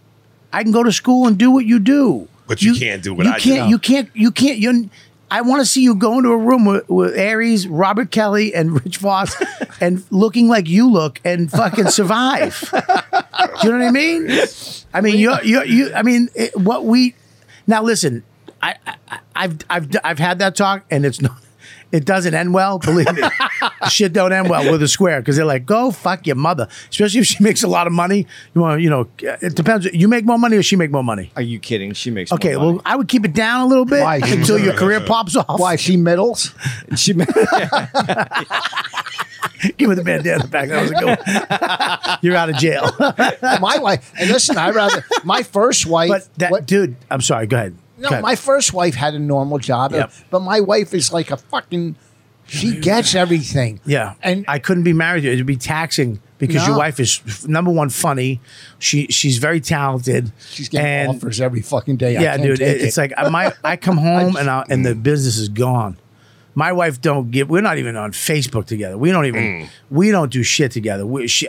I can go to school and do what you do.
But you can't do what
you
I do."
can't. You can't. You can't. You. I want to see you go into a room with, with Aries, Robert Kelly, and [laughs] Rich
[laughs]
Voss, and looking like you look, and fucking survive.
[laughs]
Do you know what I mean? I mean, you, you, you. I mean, it, what we now listen. I, I, I've, I've, I've had that talk, and it's not. It doesn't end well. Believe
[laughs]
me, shit don't end well with a square because they're like, "Go fuck your mother," especially if she makes a lot of money. You want, you know, it depends. You make more money or she make more money.
[laughs] Are you kidding? She makes
Okay,
more money.
well, I would keep it down a little bit
Why?
until your career pops off.
Why she middles?
[laughs] she
[laughs] Give me the bandana back. That was a good
[laughs]
one. You're out of jail.
my wife. And listen, I rather my first
[laughs]
wife.
But that
what-
dude, I'm sorry. Go ahead.
no,
Go ahead.
my first wife had a normal job,
Yep.
but my wife is like a fucking. She gets everything.
Yeah,
and
I couldn't be married to you. It'd be taxing because your
No.
wife is f- number one funny. She she's very talented.
she's getting
and-
offers every fucking day. I
Yeah,
can't
dude,
take
it- it's
it.
like I
[laughs]
my I come home and I, and the business is gone. My wife don't give. We're not even on Facebook together. We don't even.
Mm.
We don't do shit together. We, she,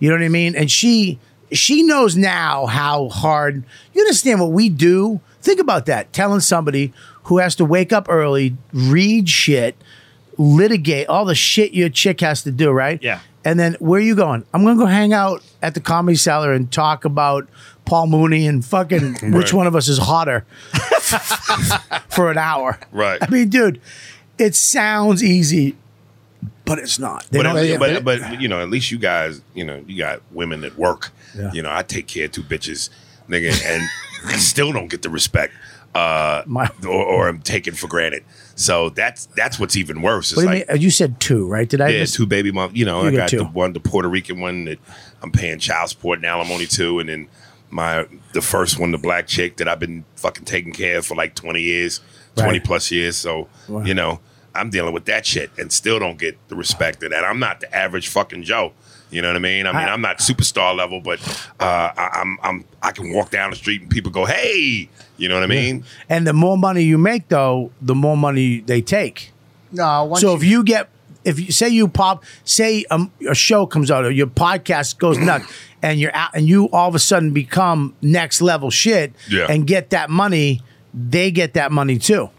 you know what I mean? And she she knows now how hard. You understand what we do? Think about that. Telling somebody who has to wake up early, read shit, litigate all the shit your chick has to do, right?
Yeah.
And then where are you going? I'm gonna go hang out at the comedy cellar and talk about Paul Mooney and fucking which
[laughs] Right.
one of us is hotter [laughs] for an hour.
Right.
I mean, dude, it sounds easy, but it's not. They
but,
don't-
at-
yeah,
but, but you know, at least you guys, you know, you got women that work. You know, I take care of two bitches, nigga, and [laughs] still don't get the respect, uh,
My-
or, or I'm taken for granted. So that's that's what's even worse. It's
what do you
like
mean? You said two, right? Did I?
yeah,
miss-
two baby mom. You know,
You
I
got
got
two.
the one, the Puerto Rican one that I'm paying child support and alimony to, and then my the first one, the black chick that I've been fucking taking care of for like 20 years, 20
Right.
plus years. So
Wow.
you know, I'm dealing with that shit and still don't get the respect of that. I'm not the average fucking Joe. You know what I mean? I mean, I, am not superstar level, but uh, I, I'm I'm I can walk down the street and people go, "Hey," you know what I mean?
And the more money you make, though, the more money they take.
No, once
so if you get, if you say you pop, say um, a show comes out or your podcast goes
Mm.
nuts, and you're out, and you all of a sudden become next level shit,
Yeah.
and get that money, they get that money too.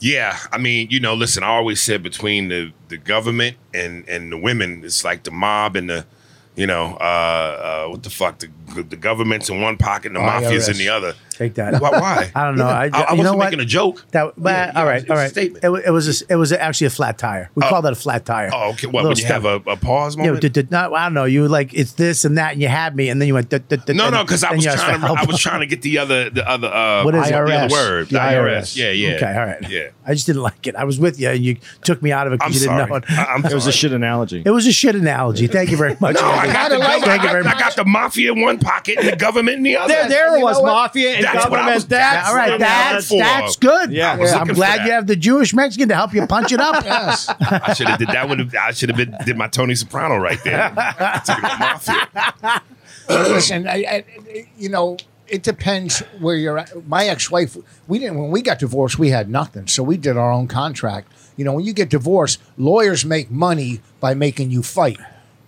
Yeah, I mean, you know, listen, I always said between the the government and and the women, it's like the mob and the, you know, uh, uh what the fuck, the the government's in one pocket
Oh,
and the mafia's in the other.
Take that.
Why? why?
[laughs] I don't know. I,
I, I
you know
wasn't
what?
making a joke.
That, but,
Yeah, yeah,
all
it's-
right,
it's
all
a
right.
statement.
It, wa- it was a s it was actually a flat tire. We call that a flat tire.
Oh, okay. What?
Little
When you have
step-
a, a pause
you know,
moment?
did, did, not, I don't know. You were like it's this and that, and you had me, and then you went. duh, duh, duh,
no,
and
no, because I
then
was
you asked for
trying to
help.
I was trying to get the other the other uh
What is it?
the
IRS.
other word
The
the
IRS.
IRS. Yeah, yeah.
Okay, all right.
Yeah.
I just didn't like it. I was with you, and you took me out of it
I'm
because you
sorry.
didn't know it.
I, I'm
It was a
sorry.
shit analogy.
It was a shit analogy. Thank you very much.
[laughs] No, I got, the,
Kinda like-
government-
Thank you very
I got the mafia in one pocket and the government in the other.
There, there
You know
was
what?
mafia and
That's what I
government.
was-
that's
all
what
right,
I'm
that's
looking for.
that's good.
Yeah. I
was
I'm
looking for
glad
that.
you have the Jewish Mexican to help you punch it
[laughs]
up. yes.
I should have did that. Would have I should have been did my Tony Soprano
[laughs]
right there. Talking about mafia.
listen, I, I, you know, it depends where you're at. My ex-wife, we didn't when we got divorced, we had nothing, so we did our own contract. You know, when you get divorced, lawyers make money by making you fight.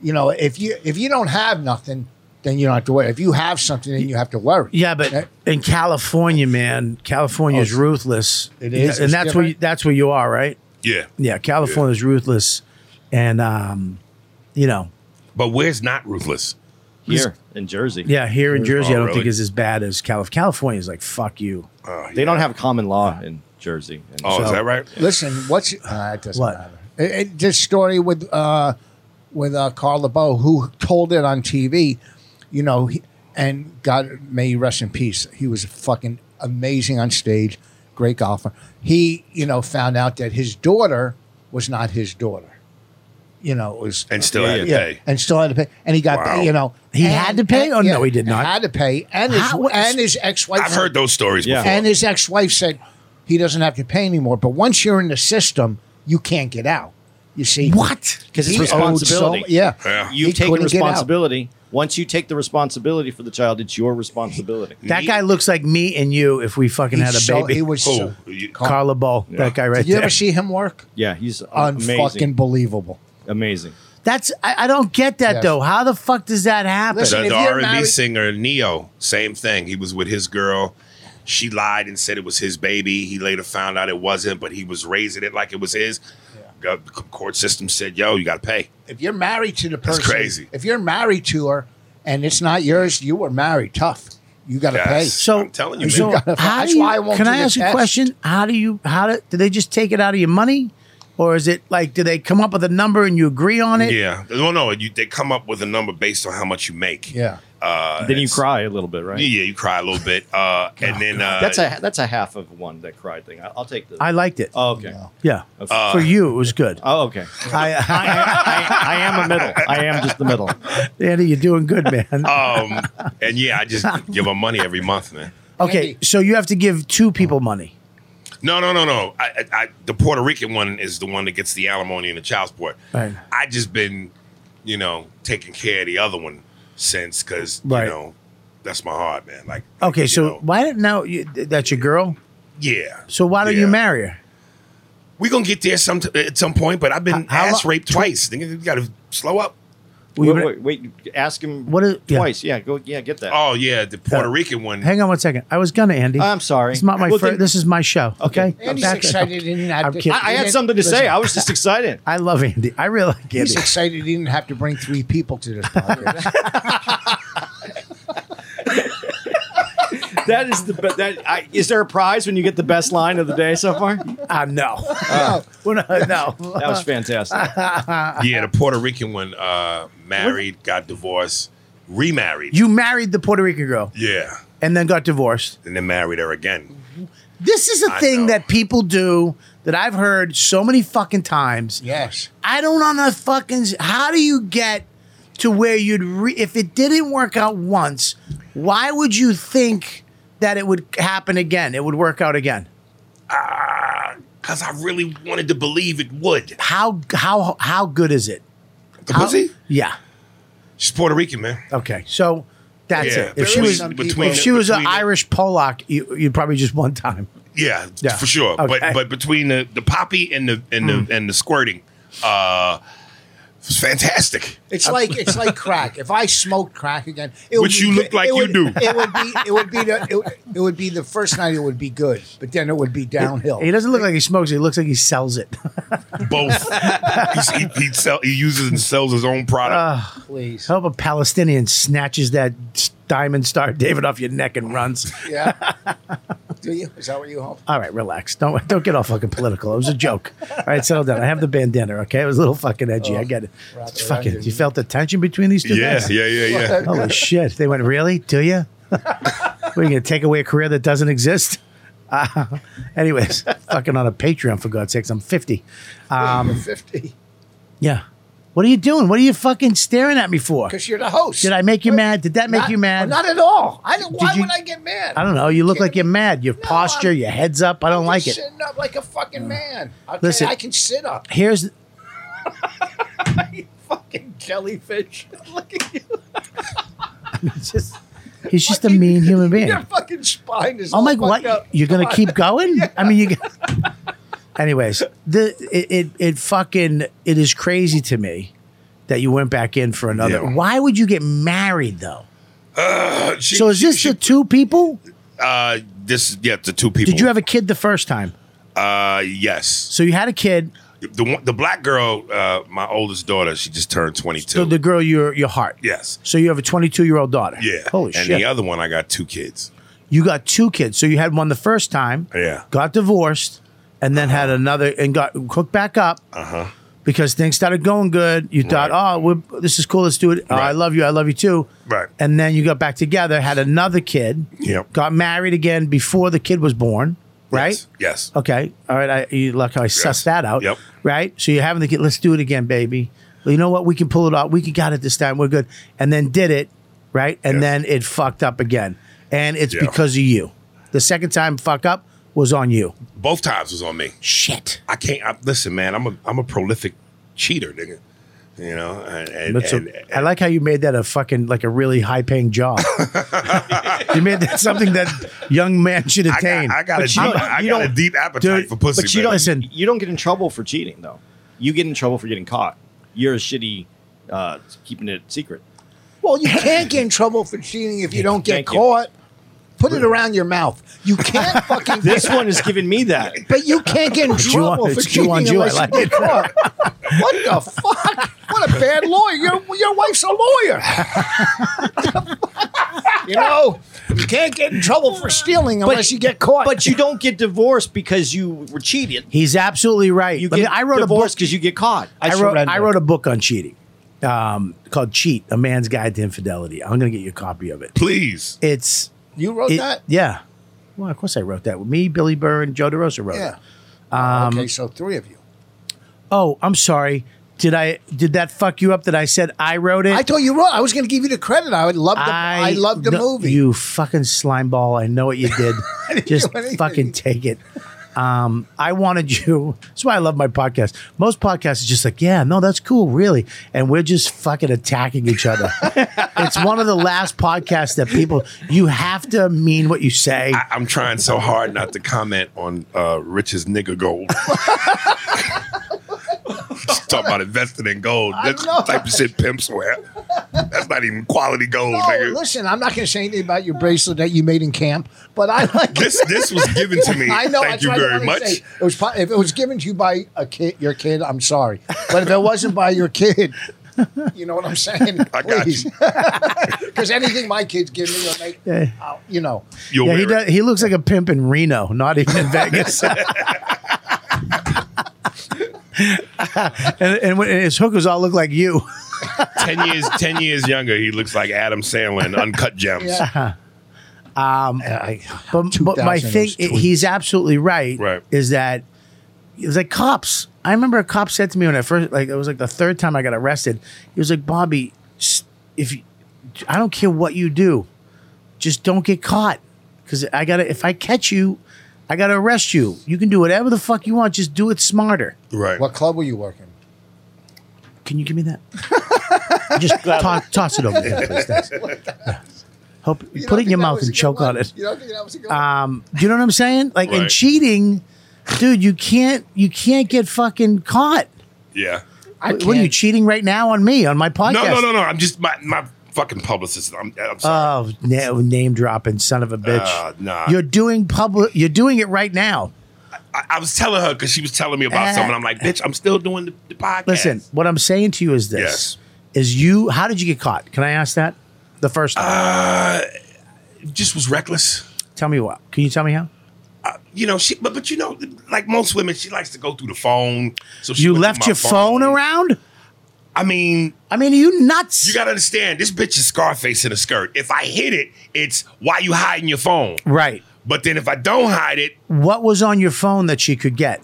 You know, if you if you don't have nothing, then you don't have to worry. If you have something, then you have to worry. Eh?
Yeah, but in California, man, California
Oh,
is ruthless.
It is.
and
It's
that's where you,
different.
that's where you are, right?
Yeah.
Yeah, California is ruthless, and um, you know,
But where's not ruthless?
here in Jersey.
yeah, here in Jersey, I don't
really?
think is as bad as California. California is like fuck you.
Oh, yeah.
They don't have common law in Jersey. And
Oh, is
So-
that right?
Listen, what's uh, it doesn't
What?
matter. It, it, this story with uh, with uh, Carl LeBeau, who told it on TV, you know, he, and God may he rest in peace. He was fucking amazing on stage, great golfer. He, you know, found out that his daughter was not his daughter. You know, it was
And still had to pay.
and still had to pay, and he got,
Wow.
you know,
He
and-
had to pay?
and-
Oh, no, he did not.
Had to pay, and his
How-
and his ex wife.
I've heard those stories
Yeah.
before.
And his ex wife said he doesn't have to pay anymore. But once you're in the system, you can't get out. You see?
What?
Because it's
He owed
responsibility.
So, yeah.
Yeah.
You've
He
taken
couldn't get out.
responsibility. Once you take the responsibility for the child, it's your responsibility.
That guy looks like me and you if we fucking
He
had a
so-
baby.
he was so-
Who? Oh, You-
Carla Ball, that guy right
Did you
there.
ever see him work?
Yeah, he's amazing.
Unfucking believable.
amazing.
That's I, I don't get that
Yes.
though. How the fuck does that happen?
Listen,
the,
if
the
you're
R&B
married-
singer Neo, same thing. He was with his girl. She lied and said it was his baby. He later found out it wasn't, but he was raising it like it was his. Go- c- court system said, "Yo, you got to pay."
If you're married to the person,
That's crazy.
if you're married to her and it's not yours, you were married. Tough. You got to
Yes.
so
I'm telling you,
so
man.
how
That's
do you,
why I won't
can
do
I
the
ask you a
test.
question? How do you how do, do they just take it out of your money, or is it like do they come up with a number and you agree on it?
Yeah, no, no. You, they come up with a number based on how much you make.
pay. Yeah.
uh,
then you
it's-
cry a little bit, right?
Yeah, you cry a little bit,
[laughs]
uh, and then uh,
That's a that's a half of one that cried thing. I, I'll take the.
I liked it.
oh, okay.
yeah,
Uh,
for you it was good.
Oh, okay.
[laughs] I,
I, I am a middle. I am just the middle.
Andy, you're doing good, man.
um, and yeah, I just give them money every month, man.
okay,
Andy.
so you have to give two people money.
No, no, no, no. I, I, I, the Puerto Rican one is the one that gets the alimony and the child support.
Right.
I just been, you know, taking care of the other one since because
Right.
you know that's my heart, man. Like,
Okay,
you
so
know,
why didn't now you, that's your girl?
yeah,
So why don't you
Yeah.
marry her?
we gonna get there some at some point. But I've been
How- how
ass
lo-
raped twice. Nigga, You got to slow up.
Will you
Wait,
ma-
wait, wait, ask him
What is- yeah.
twice. Yeah. go. Yeah, get that.
Oh yeah, the Puerto
Uh,
Rican one.
Hang on one second. I was gonna, Andy.
I'm sorry.
It's not my
Well,
fir-
then-
This is my show. Okay.
Andy's
Back-
excited he didn't have
I'm
to-
kidding.
I, I had something to say. I was just excited.
I love Andy. I really like Andy.
He's excited he didn't have to bring three people to this [laughs] podcast.
That is the be- that. I, is there a prize when you get the best line of the day so far?
Uh, no. Well, no, [laughs] no.
That was fantastic.
yeah, the Puerto Rican one. Uh, married, got divorced, remarried.
You married the Puerto Rican girl
yeah,
and then got divorced.
and then married her again.
This is a
I
thing
know.
that people do that I've heard so many fucking times.
yes.
I don't know the fucking. How do you get to where you'd re- if it didn't work out once? Why would you think that it would happen again? It would work out again.
because I really wanted to believe it would.
How how how good is it?
The
How-
pussy?
Yeah.
She's Puerto Rican, man.
Okay. So that's
yeah.
it. If she was
Between-
if she was an
between the-
Irish Pollock, you, you'd probably just one time.
Yeah,
Yeah.
for sure.
Okay. Hmm.
But but between the, the poppy and the and the and the squirting, uh, it's fantastic.
It's like it's like crack. If I smoked crack again, it would
Which
be
you
good.
look like
it
you
would,
do.
It would be it would be the, it, would- it would be the first night. It would be good, but then it would be downhill.
He doesn't look like he smokes. He looks like he sells it. [laughs]
Both. He's- he, he, sell, he uses and sells his own
Ah.
product.
Please,
I hope a Palestinian snatches that s- diamond star [laughs] David off your neck and runs.
yeah. Do you? Is that what you hope?
All right, relax. Don't don't get all fucking political. It was a joke. All right, settle down. I have the bandana. Okay, it was a little fucking edgy.
Oh,
I get it.
wrap
It's
it around
fucking.
your
You felt the tension between these two.
yeah,
guys?
yeah,
[laughs]
yeah, yeah.
Holy shit! They went really? Do [laughs] you? We're gonna take away a career that doesn't exist. [laughs] Uh, anyways, fucking on a Patreon for God's sakes. I'm 50.
Um, fifty.
Yeah. What are you doing? What are you fucking staring at me for?
Because you're the host.
Did I make you mad? Did that make
Not-
you mad?
Not at all. I don't, why
Did you-
would I get mad?
I don't know. You look
Kidding
like you're
me?
mad. Your
No,
posture,
I'm-
your head's up. I don't like it. Mm.
Sitting up like a fucking man. Okay,
Listen.
I can sit up. [laughs]
Here's [laughs]
Fucking jellyfish. [laughs] Look at you.
just he's just a
Fucking-
mean human
[laughs]
being.
Your fucking spine is.
I'm
all
like,
fucked
what?
Up.
You're gonna
Come on. [laughs]
keep going? I mean, you. [laughs] Anyways, the it, it it fucking it is crazy to me that you went back in for another.
Yeah.
Why would you get married though?
Uh, she-
So is
she-
this
she-
the two people?
uh, this? Yeah, the two people.
Did you have a kid the first time?
Uh, yes.
So you had a kid.
The one, the black girl, uh, my oldest daughter, she just turned twenty two.
So the girl, your your heart.
yes.
So you have a 22 year old daughter.
Yeah.
Holy
and
shit.
the other one, I got two kids.
you got two kids. So you had one the first time.
Yeah.
Got divorced, and then had another and got hooked back up. Uh
Uh-huh.
huh. Because things started going good. You thought, oh, we're, this is cool. Let's do it. Oh, I
Right.
love you. I love you too.
Right.
And then you got back together, had another kid.
Yep.
Got married again before the kid was born. Right.
Yes. Yes.
Okay. All right. I you like how I sussed that out.
Yep.
Right. So you're having to get. Let's do it again, baby. Well, you know what? We can pull it off. We can got it this time. We're good. And then did it. Right. And
Yes.
then it fucked up again. And it's
Yeah.
because of you. The second time fuck up was on you.
Both times was on me.
Shit.
I can't. I, listen, man. I'm a I'm a prolific cheater, nigga. You know, and, and,
That's a-
and- and-
I like how you made that a fucking like a really high paying
[laughs]
job. you made that something that young man should
I
attain.
got, I got a
you
deep,
don't-
I
you
got a
don't-
deep appetite
Dude,
for pussy.
But you
man.
don't
Listen.
you don't get in trouble for cheating though. You get in trouble for getting caught. You're a shitty uh, keeping it secret.
Well, you can't get in trouble for cheating if you don't get
Thank you.
caught. Put it around your mouth. You can't fucking.
[laughs]
This one is giving me that.
But you can't get in
Jew on-
trouble for
it's Jew
cheating
on Jew, I
unless
like
you
it.
get caught. What the fuck? What a bad lawyer! Your your wife's a lawyer. you know, you can't get in trouble for stealing unless you get caught.
But you don't get divorced because you were cheated.
He's absolutely right.
You
Let
get
me- I wrote a book
divorced because you get caught.
I, wrote
surrender.
I wrote a book on cheating um, called Cheat: A Man's Guide to Infidelity. I'm going to get you a copy of it.
please.
It's
you wrote
it-
that.
yeah. Well, of course I wrote that. Me, Billy Burr, and Joe DeRosa wrote
Yeah.
it.
okay, so three of you.
Oh, I'm sorry. Did I did that fuck you up that I said I wrote it?
I told you wrote. I was going to give you the credit. I would love the. I, love the
no-
movie.
You fucking slimeball. I know what you
[laughs]
did. Just
do anything.
fucking take it. Um, I wanted you. That's why I love my podcast. Most podcasts is just like, yeah, no, that's cool, really. And we're just fucking attacking each
[laughs]
other. it's one of the last podcasts that people, you have to mean what you say.
I, I'm trying so hard not to comment on uh, Rich's nigga gold. Just Talk about investing in gold.
I
That's
know.
the type of shit pimps wear. That's not even quality gold,
No,
nigga.
Oh, listen, I'm not going to say anything about your bracelet that you made in camp, but I like
[laughs] This this was given to me.
[laughs] I know.
Thank
that's
you
what I
very
wanted
much.
to say. It was pro- if it was given to you by a kid, your kid. I'm sorry, but if it wasn't by your kid, you know what I'm saying.
[laughs] I got you.
[laughs] Because anything my kids give me, will make, I'll- you know.
You'll
yeah,
wear
he,
it.
does, he looks like a pimp in Reno, not even in
[laughs]
Vegas. [laughs] and, and, when, and his hookers all look like you.
ten years ten years younger. He looks like Adam Sandler in Uncut Gems.
Yeah.
I- but, but my
2000
thing,
was
i-
tweet.
he's absolutely right.
Right.
Is that it was like cops? I remember a cop said to me when I first, like, it was like the third time I got arrested. He was like, "Bobby, s- if you, I don't care what you do, just don't get caught, because I gotta. If I catch you, I got to arrest you. You can do whatever the fuck you want. Just do it smarter.
Right.
What club were you working?
Can you give me that? [laughs] Just to- toss it over there, please. [laughs] Thanks. Yeah. Hope, put it in your mouth and choke on it.
You don't think that was a good
Um, you know what I'm saying? Like in
Right.
cheating, dude, you can't you can't get fucking caught.
Yeah.
I
What are you cheating right now on me on my podcast?
No, no, no, no. I'm just my my fucking publicist. I'm, I'm sorry.
Oh, na- name dropping, son of a bitch.
Uh, nah.
You're doing public. You're doing it right now.
I, I was telling her because she was telling me about
Ah.
something. I'm like, bitch, I'm still doing the, the podcast.
Listen, what I'm saying to you is this:
Yes.
is you? How did you get caught? Can I ask that? The first
Uh,
time.
It just was reckless.
tell me what. Can you tell me how?
You know, she but but you know, like most women, she likes to go through the phone. So she
You
went through
left
my
your phone around.
I mean,
I mean, are you nuts?
you gotta understand, this bitch is Scarface in a skirt. If I hit it, it's why you hiding your phone.
right.
But then if I don't hide it,
What was on your phone that she could get?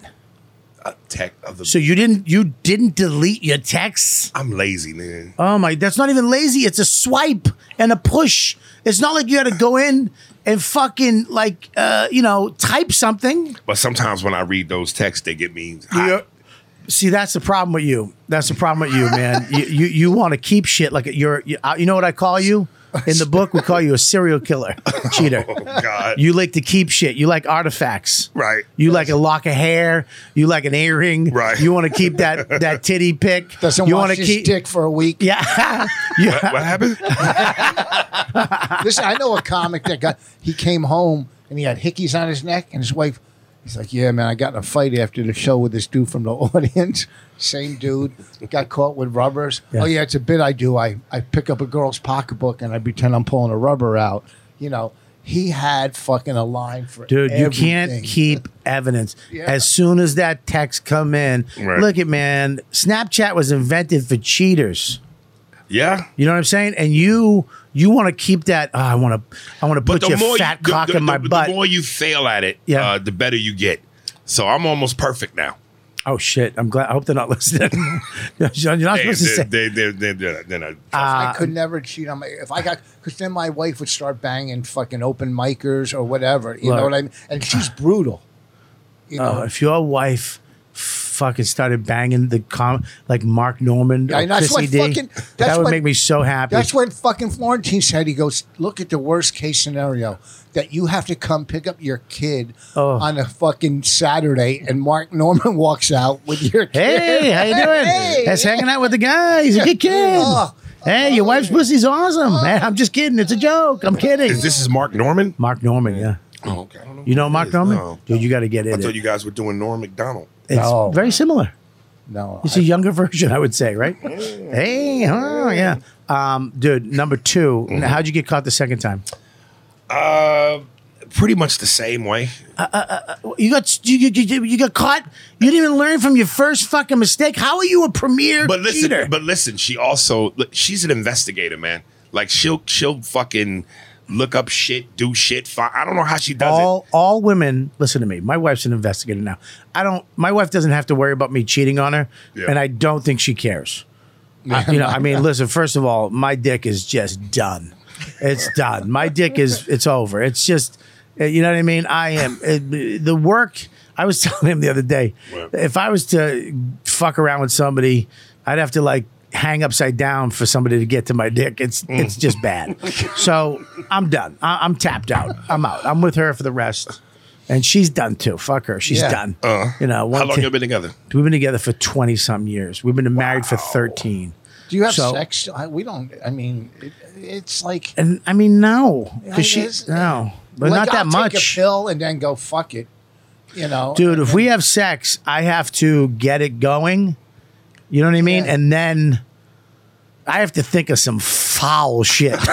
tech of the
So you didn't. You didn't delete your texts.
I'm lazy, man.
Oh my! That's not even lazy. It's a swipe and a push. It's not like you had to go in and fucking like uh, you know type something.
But sometimes when I read those texts, they get me hot.
You're- see, that's the problem with you. That's the problem with you,
[laughs]
man. you you, you want to keep shit like you're. You, uh, you know what I call you in the book? We call you a serial killer, cheater.
[laughs] Oh God.
[laughs] You like to keep shit. You like artifacts.
Right.
You like a lock of hair. You like an earring.
Right.
You want to keep
[laughs]
that that titty pic.
Doesn't
you
wash
wanna
his dick for a week.
Yeah. yeah.
what happened?
Listen, I know a comic that got he came home and he had hickeys on his neck and his wife he's like, Yeah, man, I got in a fight after the show with this dude from the [laughs] audience. Same dude. Got caught with rubbers. Oh yeah, it's a bit I do. I, I pick up a girl's pocketbook and I pretend I'm pulling a rubber out. You know, he had fucking a line for
Dude, you
everything.
can't keep evidence.
Yeah.
As soon as that text come in,
Right.
look at man, Snapchat was invented for cheaters.
Yeah.
You know what I'm saying? And you you want to keep that. "Oh, I want to I want to put your fat
the-
cock
the-
in my
the- the
butt.
more you fail at it,
Yeah.
uh, the better you get. So I'm almost perfect now.
oh shit! I'm glad. I hope they're not [laughs] listening. You're not supposed
They,
to say. Ah.
they, they, they, they, they, they,
uh,
I could never cheat on my if I got because then my wife would start banging fucking open micers or whatever. You
Look.
know what I mean? And she's brutal. You know,
Oh, if your wife fucking started banging the com like Mark Norman,
Yeah,
or
and that's
Chrissy
what
D,
fucking- that's
that would
what-
make me so happy.
That's what fucking Florentine said. He goes, look at the worst case scenario that you have to come pick up your kid
Oh.
on a fucking Saturday, and Mark Norman [laughs] walks out with your kid.
Hey, how you doing?
[laughs] Hey.
That's hanging out with the guy. He's a good kid.
Oh.
hey, your wife's pussy's awesome. Hey, I'm just kidding. It's a joke. I'm kidding.
Is this is Mark Norman?
Mark Norman, yeah.
Oh, okay. I don't know
You know
who
Mark
it is.
Norman?
No.
Dude, you got to get
I
in
thought
it.
you guys were doing Norm McDonald.
It's
No.
very similar.
No,
It's a younger [laughs] version, I would say, right? hey, oh, yeah. Um, dude, number 2
Mm-hmm.
how'd you get caught the second time?
Uh, pretty much the same way.
You got you, you, you, you got caught. You didn't even learn from your first fucking mistake. How are you a premier
But listen,
cheater?
but listen, she also look, she's an investigator, man. Like she'll she'll fucking look up shit, do shit. Fi- I don't know how she does
all all women listen to me my wife's an investigator now i don't my wife doesn't have to worry about me cheating on her
Yeah.
and i don't think she cares I- you know i
[laughs]
mean listen first of all my dick is just done it's done my dick is it's over it's just uh, you know what i mean i am it, the work i was [laughs] telling him the other day
Right.
if i was to fuck around with somebody i'd have to like hang upside down for somebody to get to my dick it's
Mm.
it's just
[laughs]
bad so i'm done I, i'm tapped out i'm out i'm with her for the rest and she's done too fuck her she's
Yeah.
done
it. Uh,
you know
how
one
long
thing-
you been together?
we've been together for 20 something years we've been married for 13
do you have
So-
sex? I, we don't. I mean, it, it's like
and i mean no
Yeah,
because she
it's-
no but not
like,
that
I'll
much
Take a pill and then go fuck it. You know, [laughs]
dude if we have sex i have to get it going you know what i mean
Yeah.
and then i have to think of some foul shit
[laughs]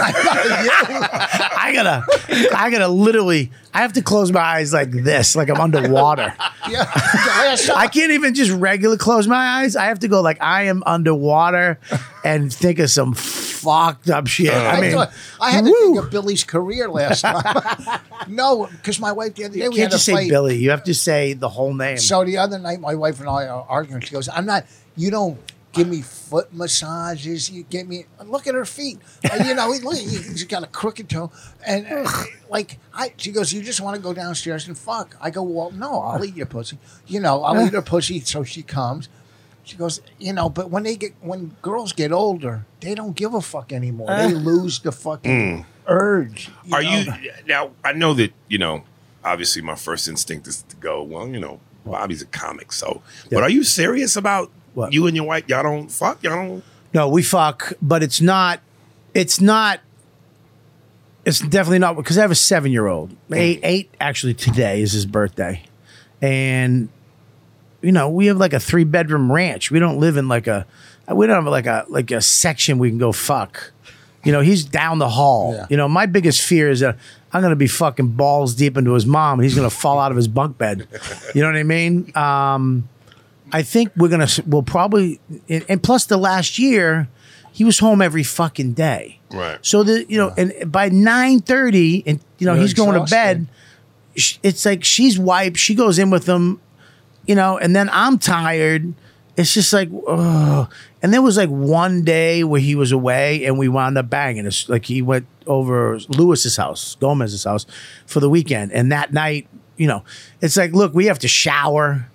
i gotta i gotta literally i have to close my eyes like this like i'm underwater
Yeah, [laughs] the last time-
i can't even just regular close my eyes i have to go like i am underwater and think of some fucked up shit i mean
thought- Uh, I had to
woo.
think of Billy's career last time. [laughs] no, because my wife the other day
you
we
can't
had a
just say
fight.
billy you have to say the whole name
So the other night, my wife and I are arguing. She goes, "I'm not. You don't. give me foot massages. You give me look at her feet. Uh, you know, look, you- she's got a crooked toe, and uh, like I, she goes, "You just want to go downstairs and fuck." I go, "Well, no, I'll eat your pussy." You know, I'll eat her pussy. So she comes. She goes, you know, but when they get when girls get older, they don't give a fuck anymore. They lose the fucking urge.
Are
know?
you now? I know that you know. Obviously, my first instinct is to go. Well, you know, Bobby's a comic, so. But are you serious about
What?
you and your wife? Y'all don't fuck. Y'all don't.
No, we fuck, but it's not. It's not. It's definitely not because I have a seven-year-old. Eight, eight actually today is his birthday, and you know we have like a three-bedroom ranch. We don't live in like a. We don't have like a like a section we can go fuck. You know he's down the hall.
Yeah.
You know my biggest fear is that I'm gonna be fucking balls deep into his mom, and he's gonna fall out of his bunk bed. You know what I mean? I think we're gonna we'll probably and, and plus the last year he was home every fucking day.
Right.
So the you know and by nine thirty and you know
You're
he's going to bed.
exhausted.
sh- It's like she's wiped. She goes in with him, you know, and then I'm tired. It's just like, oh. and there was like one day where he was away and we wound up banging. It's like he went over Lewis's house, Gomez's house, for the weekend. And that night, you know, it's like, look, we have to shower.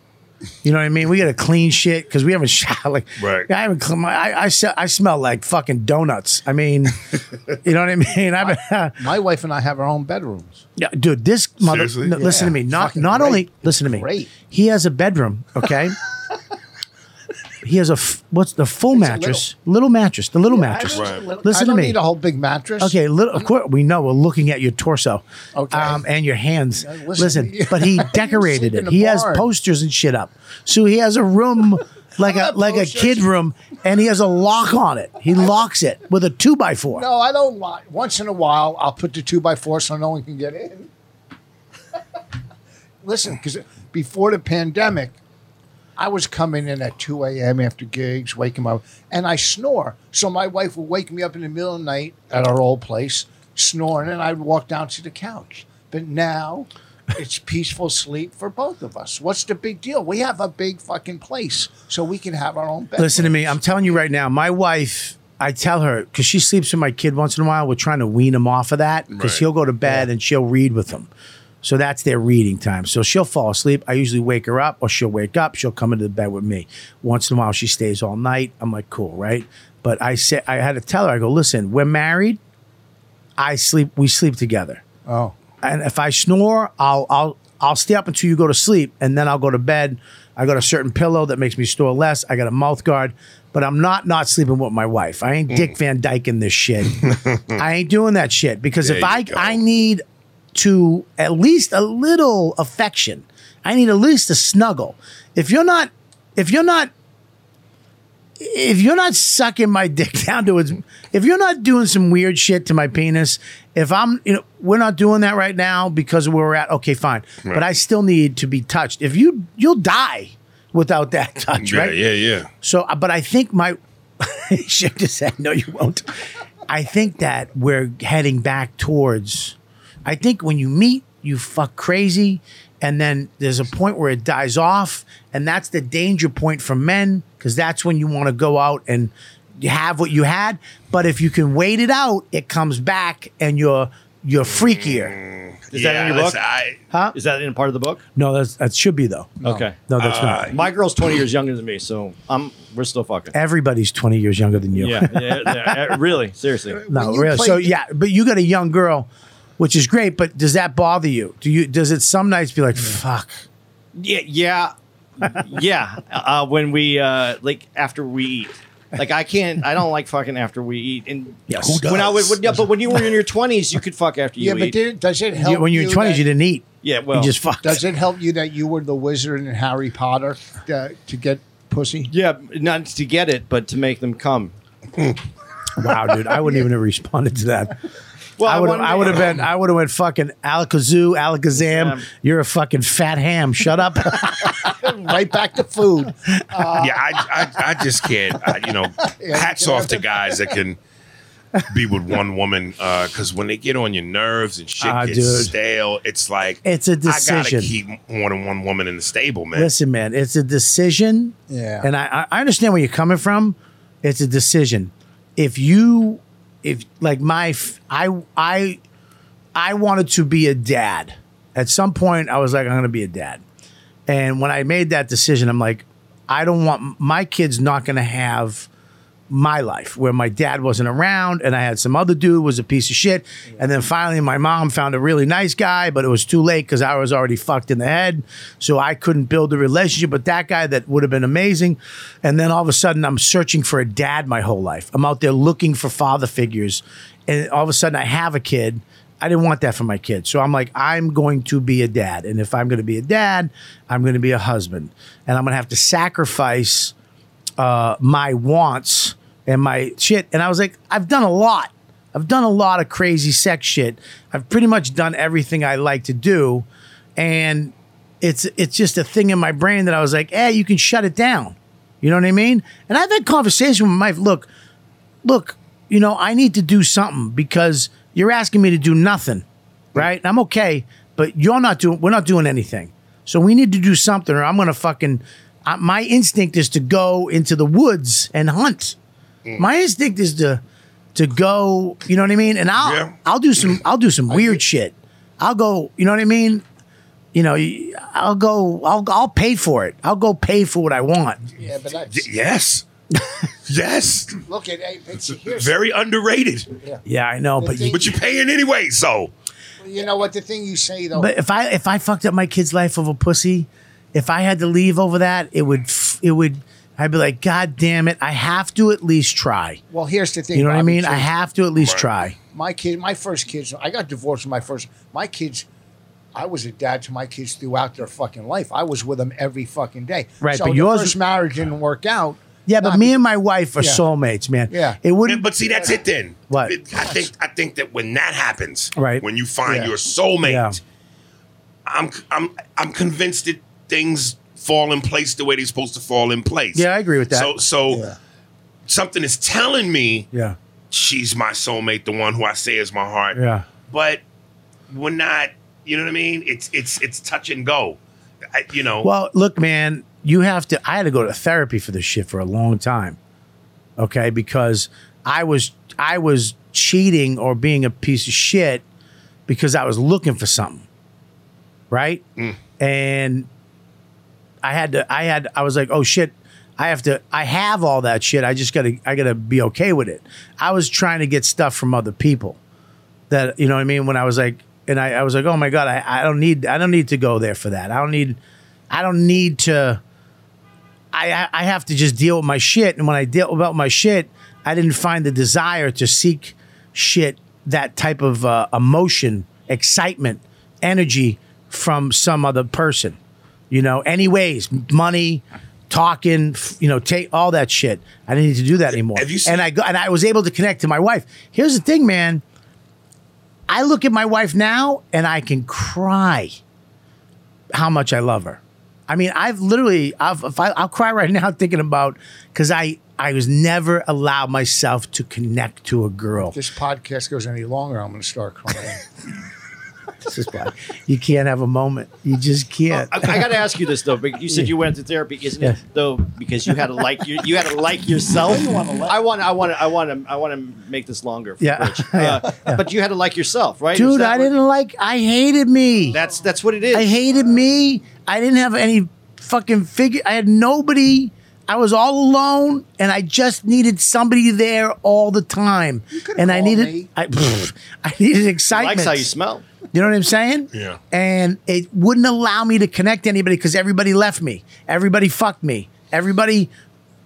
You know what I mean? We got to clean shit because we haven't [laughs] showered. Like,
Right.
I haven't. Clean, I I, se- I smell like fucking donuts. I mean, [laughs] you know what I mean? I've been,
My wife and I have our own bedrooms.
yeah, dude. This mother.
Seriously?
no, Listen to me.
Yeah,
Not
fucking
not
great.
only listen to me.
Great.
He has a bedroom. Okay. [laughs] he has a f- what's the full
a
mattress? Little. mattress. The little
I
mattress.
don't-
Right.
Listen to
I don't
me.
Need a whole big mattress.
Okay, little, of course we know. We're looking at your torso,
Okay.
um, and your hands.
Yeah,
Listen,
listen, you-
but he
[laughs] you
decorated
sleep in
it.
a
He has
barn.
posters and shit up. So he has a room
[laughs]
like a
not
like a
posters.
kid room, and he has a lock on it. He locks it with a two by four.
No, I don't lie. Once in a while, I'll put the two by four so no one can get in. Listen, because before the pandemic, I was coming in at 2 a.m. after gigs, waking up, and I snore. So my wife would wake me up in the middle of the night at our old place, snoring, and I'd walk down to the couch. But now it's peaceful sleep for both of us. What's the big deal? We have a big fucking place, so we can have our own bed.
Listen to me. I'm telling you right now, my wife, I tell her because she sleeps with my kid once in a while. We're trying to wean him off of that because
Right.
he'll go to bed and she'll read with him. So that's their reading time. So she'll fall asleep. I usually wake her up, or she'll wake up. She'll come into the bed with me. Once in a while, she stays all night. I'm like, cool, right? But I said, I had to tell her. I go, listen, we're married. I sleep. We sleep together
Oh.
and if I snore, I'll I'll I'll stay up until you go to sleep, and then I'll go to bed. I got a certain pillow that makes me snore less. I got a mouth guard, but I'm not not sleeping with my wife. I ain't
Mm.
Dick Van Dyke in this
[laughs]
shit. I ain't doing that shit because if
There you
I
go.
I need to at least a little affection. I need at least a snuggle. If you're not if you're not if you're not sucking my [laughs] dick down to its, if you're not doing some weird shit to my penis, if I'm, you know, we're not doing that right now because of where we're at. Okay, fine, but I still need to be touched. If you, you'll die without that [laughs] touch,
Yeah,
right?
yeah, yeah.
So, uh, but I think my [laughs] shook just said, "No, you won't." I think that we're heading back towards. I think when you meet, you fuck crazy, and then there's a point where it dies off, and that's the danger point for men because that's when you want to go out and you have what you had. But if you can wait it out, it comes back, and you're you're freakier.
Is
yeah,
that in your book?
listen, I,
Is that in part of the book?
No, that's, that should be though.
Okay.
No, that's not.
My girl's 20 years younger than me, so I'm we're
[laughs]
still fucking.
Everybody's twenty years younger than you. [laughs]
Yeah, yeah, yeah, eh, really, seriously.
No,
When you
really.
play-
So yeah, but you got a young girl, which is great. But does that bother you? Do you? Does it some nights be like, fuck?
Yeah, yeah, yeah. Uh, when we uh, like after we eat, like I can't, I don't like fucking after we eat. And
Yes.
Who
when I would,
does?
when- yeah, but when you were in your 20s, you could fuck after you
Yeah, but
eat.
did, does it help?
You- when you're in
you
your twenties,
that-
you didn't eat.
yeah, well,
you just fucked.
Does it help you that you were the wizard in Harry Potter uh, to get pussy?
yeah, not to get it, but to make them come.
Wow, dude, I wouldn't even have responded to that.
Well,
I would.
wanted
I
to-
would have been. I would have went fucking Alakazoo, Alakazam.
Yeah.
You're a fucking fat ham. Shut up.
right back to food.
yeah, I, I, I just can't. I, you know, hats off to guys that can. be with one woman because when they get on your nerves and shit
Ah,
gets
dude.
stale, it's like
It's a
I gotta
decision.
keep more than one woman in the stable, man.
Listen, man, it's a decision.
Yeah.
And I, I I understand where you're coming from. It's a decision. If you, if like my, f- I, I, I wanted to be a dad. At some point, I was like, I'm going to be a dad. And when I made that decision, I'm like, I don't want my kid's not going to have my life where my dad wasn't around and I had some other dude was a piece of shit. And then finally my mom found a really nice guy, but it was too late because I was already fucked in the head. So I couldn't build a relationship with that guy that would have been amazing. And then all of a sudden I'm searching for a dad my whole life. I'm out there looking for father figures. And all of a sudden I have a kid. I didn't want that for my kid. So I'm like, I'm going to be a dad. And if I'm going to be a dad, I'm going to be a husband. And I'm going to have to sacrifice uh, my wants and my shit. And I was like, I've done a lot. I've done a lot of crazy sex shit. I've pretty much done everything I like to do. And it's it's just a thing in my brain that I was like, eh, you can shut it down. You know what I mean? And I've had conversations with my look, look, you know, I need to do something because you're asking me to do nothing. Right? I'm okay, but you're not doing we're not doing anything. So we need to do something or I'm going to fucking I, my instinct is to go into the woods and hunt. My instinct is to to go, you know what I mean? And I'll
Yeah.
I'll do some I'll do some weird shit. I'll go, you know what I mean? You know, y- I'll go I'll I'll pay for it. I'll go pay for what I want.
[laughs] yeah, but
Y-
that's,
yes, yes,
look at hey, but see, here's
very underrated,
Yeah, I know, but you,
but you're paying anyway. So
you know what the thing you say though.
But if I if I fucked up my kid's life over pussy, if I had to leave over that, it would f- it would I'd be like, God damn it, I have to at least try.
well, here's the thing.
You know what I
Bobby,
mean?
too.
I have to at least try.
my kid, my first kids, I got divorced with my first, my kids, I was a dad to my kids throughout their fucking life. I was with them every fucking day.
Right,
so
but
the
yours-
first marriage didn't work out.
Yeah, but
Not-
me and my wife are
Yeah.
soulmates, man.
Yeah.
it
And-
wouldn't.
but see, that's it then.
What?
It- I think I think that when that happens,
Right.
when you find
Yeah.
your soulmate,
Yeah.
I'm I'm I'm convinced that things fall in place the way they're supposed to fall in place.
Yeah, I agree with that.
So so
Yeah.
something is telling me
yeah,
she's my soulmate, the one who I say is my heart.
yeah.
But we're not, you know what I mean? It's it's it's touch and go. I, you know,
Well, look, man, you have to. I had to go to therapy for this shit for a long time. Okay, because I was I was cheating or being a piece of shit because I was looking for something, right? And I had to. I had. I was like, oh shit. I have to. I have all that shit. I just gotta. I gotta be okay with it. I was trying to get stuff from other people that you know what I mean when I was like and I, I was like oh my god I, I don't need I don't need to go there for that I don't need I don't need to I I- I have to just deal with my shit and when I dealt about my shit I didn't find the desire to seek shit that type of uh, emotion excitement energy from some other person you know anyways money talking f- you know take all that shit I didn't need to do that anymore
Have you seen-
and I go, and I was able to connect to my wife here's the thing man I look at my wife now and I can cry how much I love her. I mean, I've literally, I've, if I, I'll cry right [laughs] now thinking about because I, I was never allowed myself to connect to a girl.
[laughs]
If this podcast goes any longer, I'm going to start crying.
This is why you can't have a moment. You just can't.
I, I got to ask you this though. But you said you went to therapy, isn't
Yes.
it? Though because you had to like you, you had to like yourself. I want, I want, to, I want to, I want to make this longer.
[laughs]
for
Yeah.
Rich. Uh, but you had to like yourself, right? Is
Dude,
that
I
what-
didn't like, I hated me.
That's that's what it is.
I hated me. I didn't have any fucking figure. I had nobody. I was all alone, and I just needed somebody there all the time. And I
called
needed,
me.
I, [laughs] pfft, I needed excitement.
Likes how you smell.
You know what I'm saying?
Yeah.
And it wouldn't allow me to connect to anybody because everybody left me. Everybody fucked me. Everybody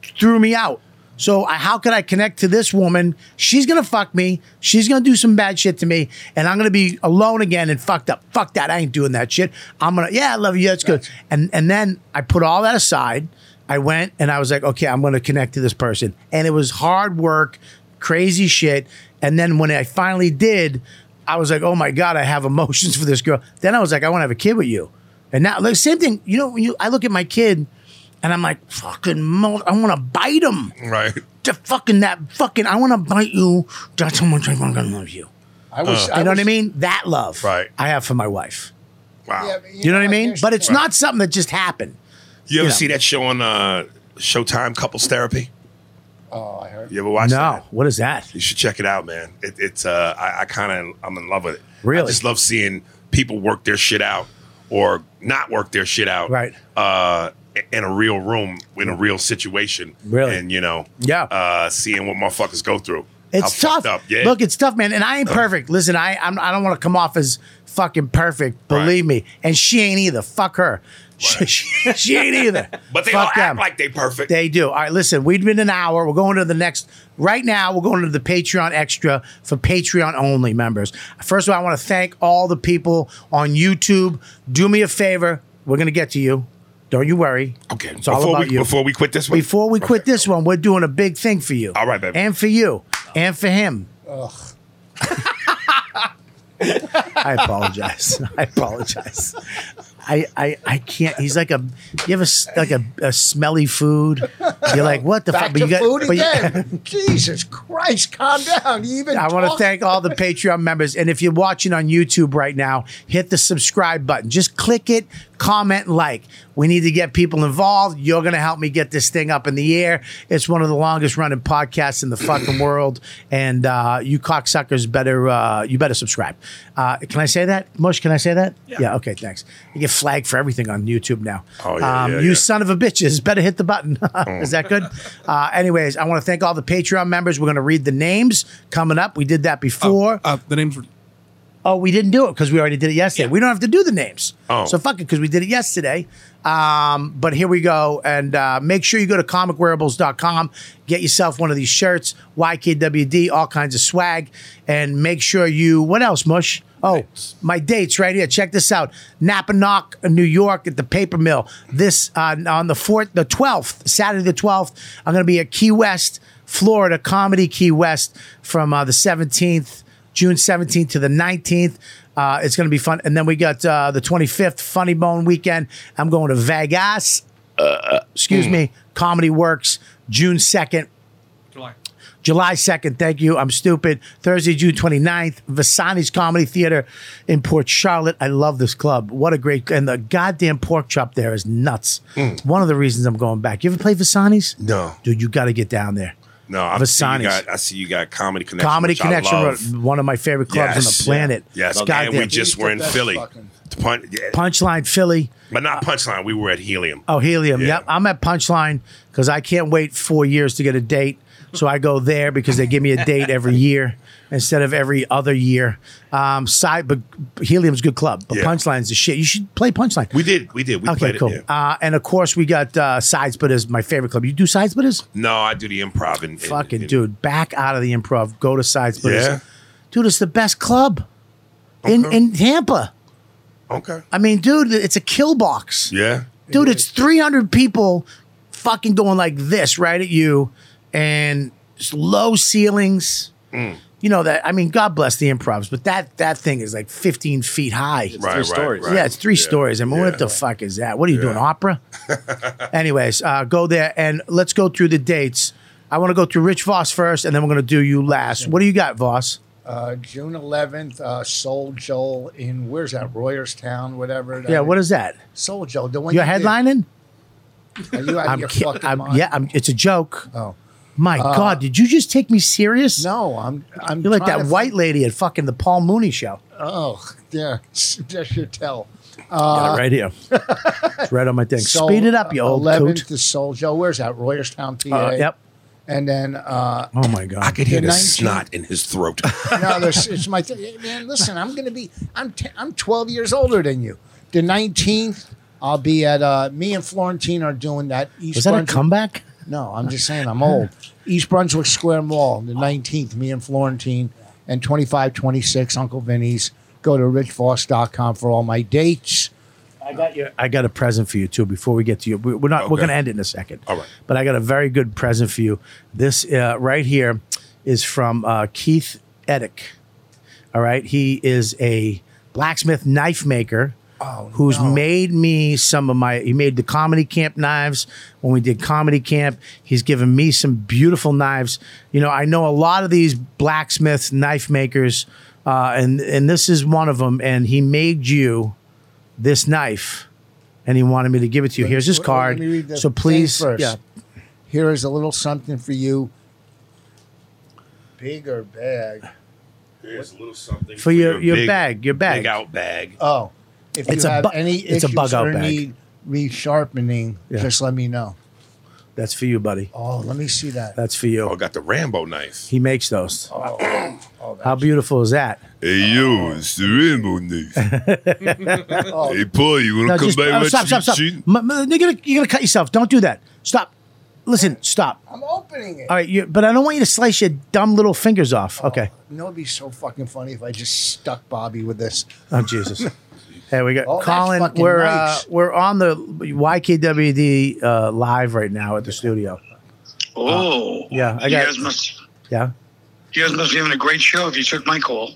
threw me out. So I, how could I connect to this woman? She's gonna fuck me. She's gonna do some bad shit to me, and I'm gonna be alone again and fucked up. Fuck that. I ain't doing that shit. I'm gonna. Yeah, I love you. That's good. And and then I put all that aside. I went and I was like, okay, I'm gonna connect to this person. And it was hard work, crazy shit. And then when I finally did, I was like, oh my god, I have [laughs] emotions for this girl. Then I was like, I want to have a kid with you. And now, like, same thing. You know, when you I look at my kid And I'm like, fucking, mul- I want to bite him.
Right.
To fucking that fucking, I want to bite you. That's how much I fucking love you.
I was.
You know
was-
what I mean? That love,
Right.
I have for my wife.
Wow.
Yeah,
You know what I mean?
there's-
But it's not something that just happened.
You ever
Yeah.
see that show on uh, Showtime, Couples Therapy?
Oh, I heard.
You ever watch that?
no, what is that?
You should check it out, man. It, it's uh, I, I kind of I'm in love with it.
Really?
I just love seeing people work their shit out or not work their shit out,
Right. Mm.
Uh, in a real room, in a real situation,
Really?
and you know,
Yeah.
uh, seeing what motherfuckers go through.
It's
How fucked
tough.
Up. Yeah.
Look, it's tough, man. And I ain't perfect. Listen, I I'm, I don't want to come off as fucking perfect.
Right.
Believe me. And she ain't either. Fuck her. She, she- she ain't either.
[laughs] but they all
Fuck
act
them.
like they perfect.
They do. All right, listen, we've been an hour. We're going to the next. Right now, we're going to the Patreon extra for Patreon only members. First of all, I want to thank all the people on YouTube. Do me a favor. We're going to get to you. Don't you worry.
okay.
It's all
before
about
we
you.
before we quit this one.
Before we quit this one, we're doing a big thing for you.
All right, baby.
And for you. And for him. [laughs] I apologize. [laughs] I apologize. I, I I can't. He's like a. You ever s- like a, a smelly food? You're like, what the
Back
fuck?
to food
but you-
again.
[laughs]
Jesus Christ, calm down. You even
I want to
talk-
thank all the Patreon members. And if you're watching on YouTube right now, hit the subscribe button. Just click it, comment, like. We need to get people involved. You're going to help me get this thing up in the air. It's one of the longest running podcasts in the fucking world. And uh, you cocksuckers better, uh, you better subscribe. Uh, can I say that? Mush, can I say that? Yeah. okay, thanks. You get flagged for everything on YouTube now. Um,
Oh, yeah, yeah,
you
yeah.
son of a bitches, better hit the button. [laughs] Is that good? Uh, anyways, I want to thank all the Patreon members. We're going to read the names coming up. We did that before.
Uh, the names were
Oh, we didn't do it because we already did it yesterday. We don't have to do the names.
Oh.
So fuck it because we did it yesterday. Um, but here we go. And uh, make sure you go to comicwearables.com, get yourself one of these shirts, YKWD, all kinds of swag. And make sure you, what else, Mush? Oh, my dates right here. Check this out. Napa Knock, New York at the Paper Mill. This uh, on the 4th, the 12th, Saturday the 12th, I'm going to be at Key West, Florida, Comedy Key West from uh, the 17th. June 17th to the 19th. Uh, it's going to be fun. And then we got uh, the 25th, Funny Bone weekend. I'm going to Vegas. Uh, excuse me. Comedy Works, June 2nd.
July. [laughs]
July 2nd, thank you. I'm stupid. Thursday, June 29th, Vasani's Comedy Theater in Port Charlotte. I love this club. What a great, and the goddamn pork chop there is nuts. It's One of the reasons I'm going back. You ever play Vasani's?
Mm. no,
Dude, you got to get down there.
no. I see, you
Vasani's.
got, I see you got comedy connection.
Comedy
which I
Connection,
love.
Road, one of my favorite clubs on
Yes.
the planet.
Yes,
Goddamn.
and we just
He's
were
the
in
best
Philly.
fucking-
To punch, yeah,
Punchline Philly.
but not punchline. We were at Helium.
Oh, Helium.
Yeah.
Yep. I'm at Punchline because I can't wait four years to get a date. So I go there because they give me
[laughs]
a date every year instead of every other year. Um, side, but Helium's a good club, but
Yeah.
Punchline's the shit. You should play Punchline.
We did. We did. We
okay,
played
cool.
it. Yeah.
Uh, and of course, we got uh, Side Splitters, my favorite club. You do Side Splitters?
No, I do the improv and, and-
Fucking
and-
dude, back out of the improv. Go to Side Splitters.
Yeah.
Dude, it's the best club in,
Okay.
in Tampa.
Okay.
I mean, dude, it's a kill box.
Yeah.
dude, it's 300 people fucking going like this right at you and it's low ceilings.
Mm.
You know that I mean, God bless the improvs, but that that thing is like 15 feet high.
Right, right,
stories.
right.
Yeah, it's three stories. I mean,
Yeah.
what the fuck is that? What are you doing,
[laughs]
opera? Anyways, uh, go there and let's go through the dates. I want to go through Rich Voss first, and then we're gonna do you last. What do you got, Voss?
Uh, June 11th, uh, Soul Joel in where's that? Royerstown, whatever. that
Yeah, what is that?
Soul Joel? The one
You're
you did.
headlining?
Are you out of
I'm,
your
ki-
fucking
I'm
mind?
yeah. I'm, it's a joke.
Oh.
My God, did you just take me serious?
No, I'm. I'm
You're like
trying
that
to-
white lady at fucking the Paul Mooney show.
Oh, yeah. [laughs] That should tell.
Got it right here. it's right on my [laughs] thing.
Soul-
Speed it up, you old
11th
coot.
is Soul Joel. Where's that? Royerstown, PA.
Uh, yep.
And then uh,
Oh my God.
I could hear
The
the
19
snot in his throat.
no, this it's my thing. Man, listen, I'm going to be, I'm, t- I'm 12 years older than you. The 19th, I'll be at, uh, me and Florentine are doing that East
Was that a
Brunswick.
comeback?
No, I'm just saying I'm old. East Brunswick Square Mall, the 19th, me and Florentine, and 2526 Uncle Vinny's. Go to richvoss.com for all my dates.
I got your. I got a present for you too. Before we get to you, We- we're not. We're
Okay.
going to end it in a second.
All right.
But I got a very good present for you. This uh, right here is from uh, Keith Edick. All right. He is a blacksmith knife maker. who's
no.
made me some of my. He made the comedy camp knives when we did comedy camp. He's given me some beautiful knives. You know, I know a lot of these blacksmiths, knife makers, uh, and and this is one of them. And he made you this knife, and he wanted me to give it to you. Here's his
Let- let
card.
me read the
So
thing
please,
first.
yeah.
Here is a little something for you. Bigger bag.
Here's a little something
For your- your
big-
bag, your bag.
big out bag.
Oh, if
It's
you
a
have
bu-
any
it's a
issues
bug out
or
bag.
need resharpening,
Yeah.
just let me know.
That's for you, buddy.
Oh, let me see that.
That's for
Oh, I
you.
got the Rambo knife.
He makes those.
Oh, oh, that-
How beautiful is that?
Hey yo, it's the Rambo knife.
Oh,
hey Paul, you wanna
No,
come
just
back?
oh,
and
stop,
watch
stop,
me
stop.
cheat?
M- m- you're, gonna, you're gonna cut yourself. Don't do that. Stop. Listen, stop.
I'm opening it.
All right, you, but I don't want you to slice your dumb little fingers off. Okay.
You know, it'd be so fucking funny if I just stuck Bobby with this.
Oh
[laughs]
Jesus. Hey, we got
Oh, that's
Colin.
fucking
We're uh,
nice.
we're on the YKWd uh, live right now at the studio.
Oh.
yeah, I
you
got-
guys must
Yeah.
you guys must be having a great show if you took my call.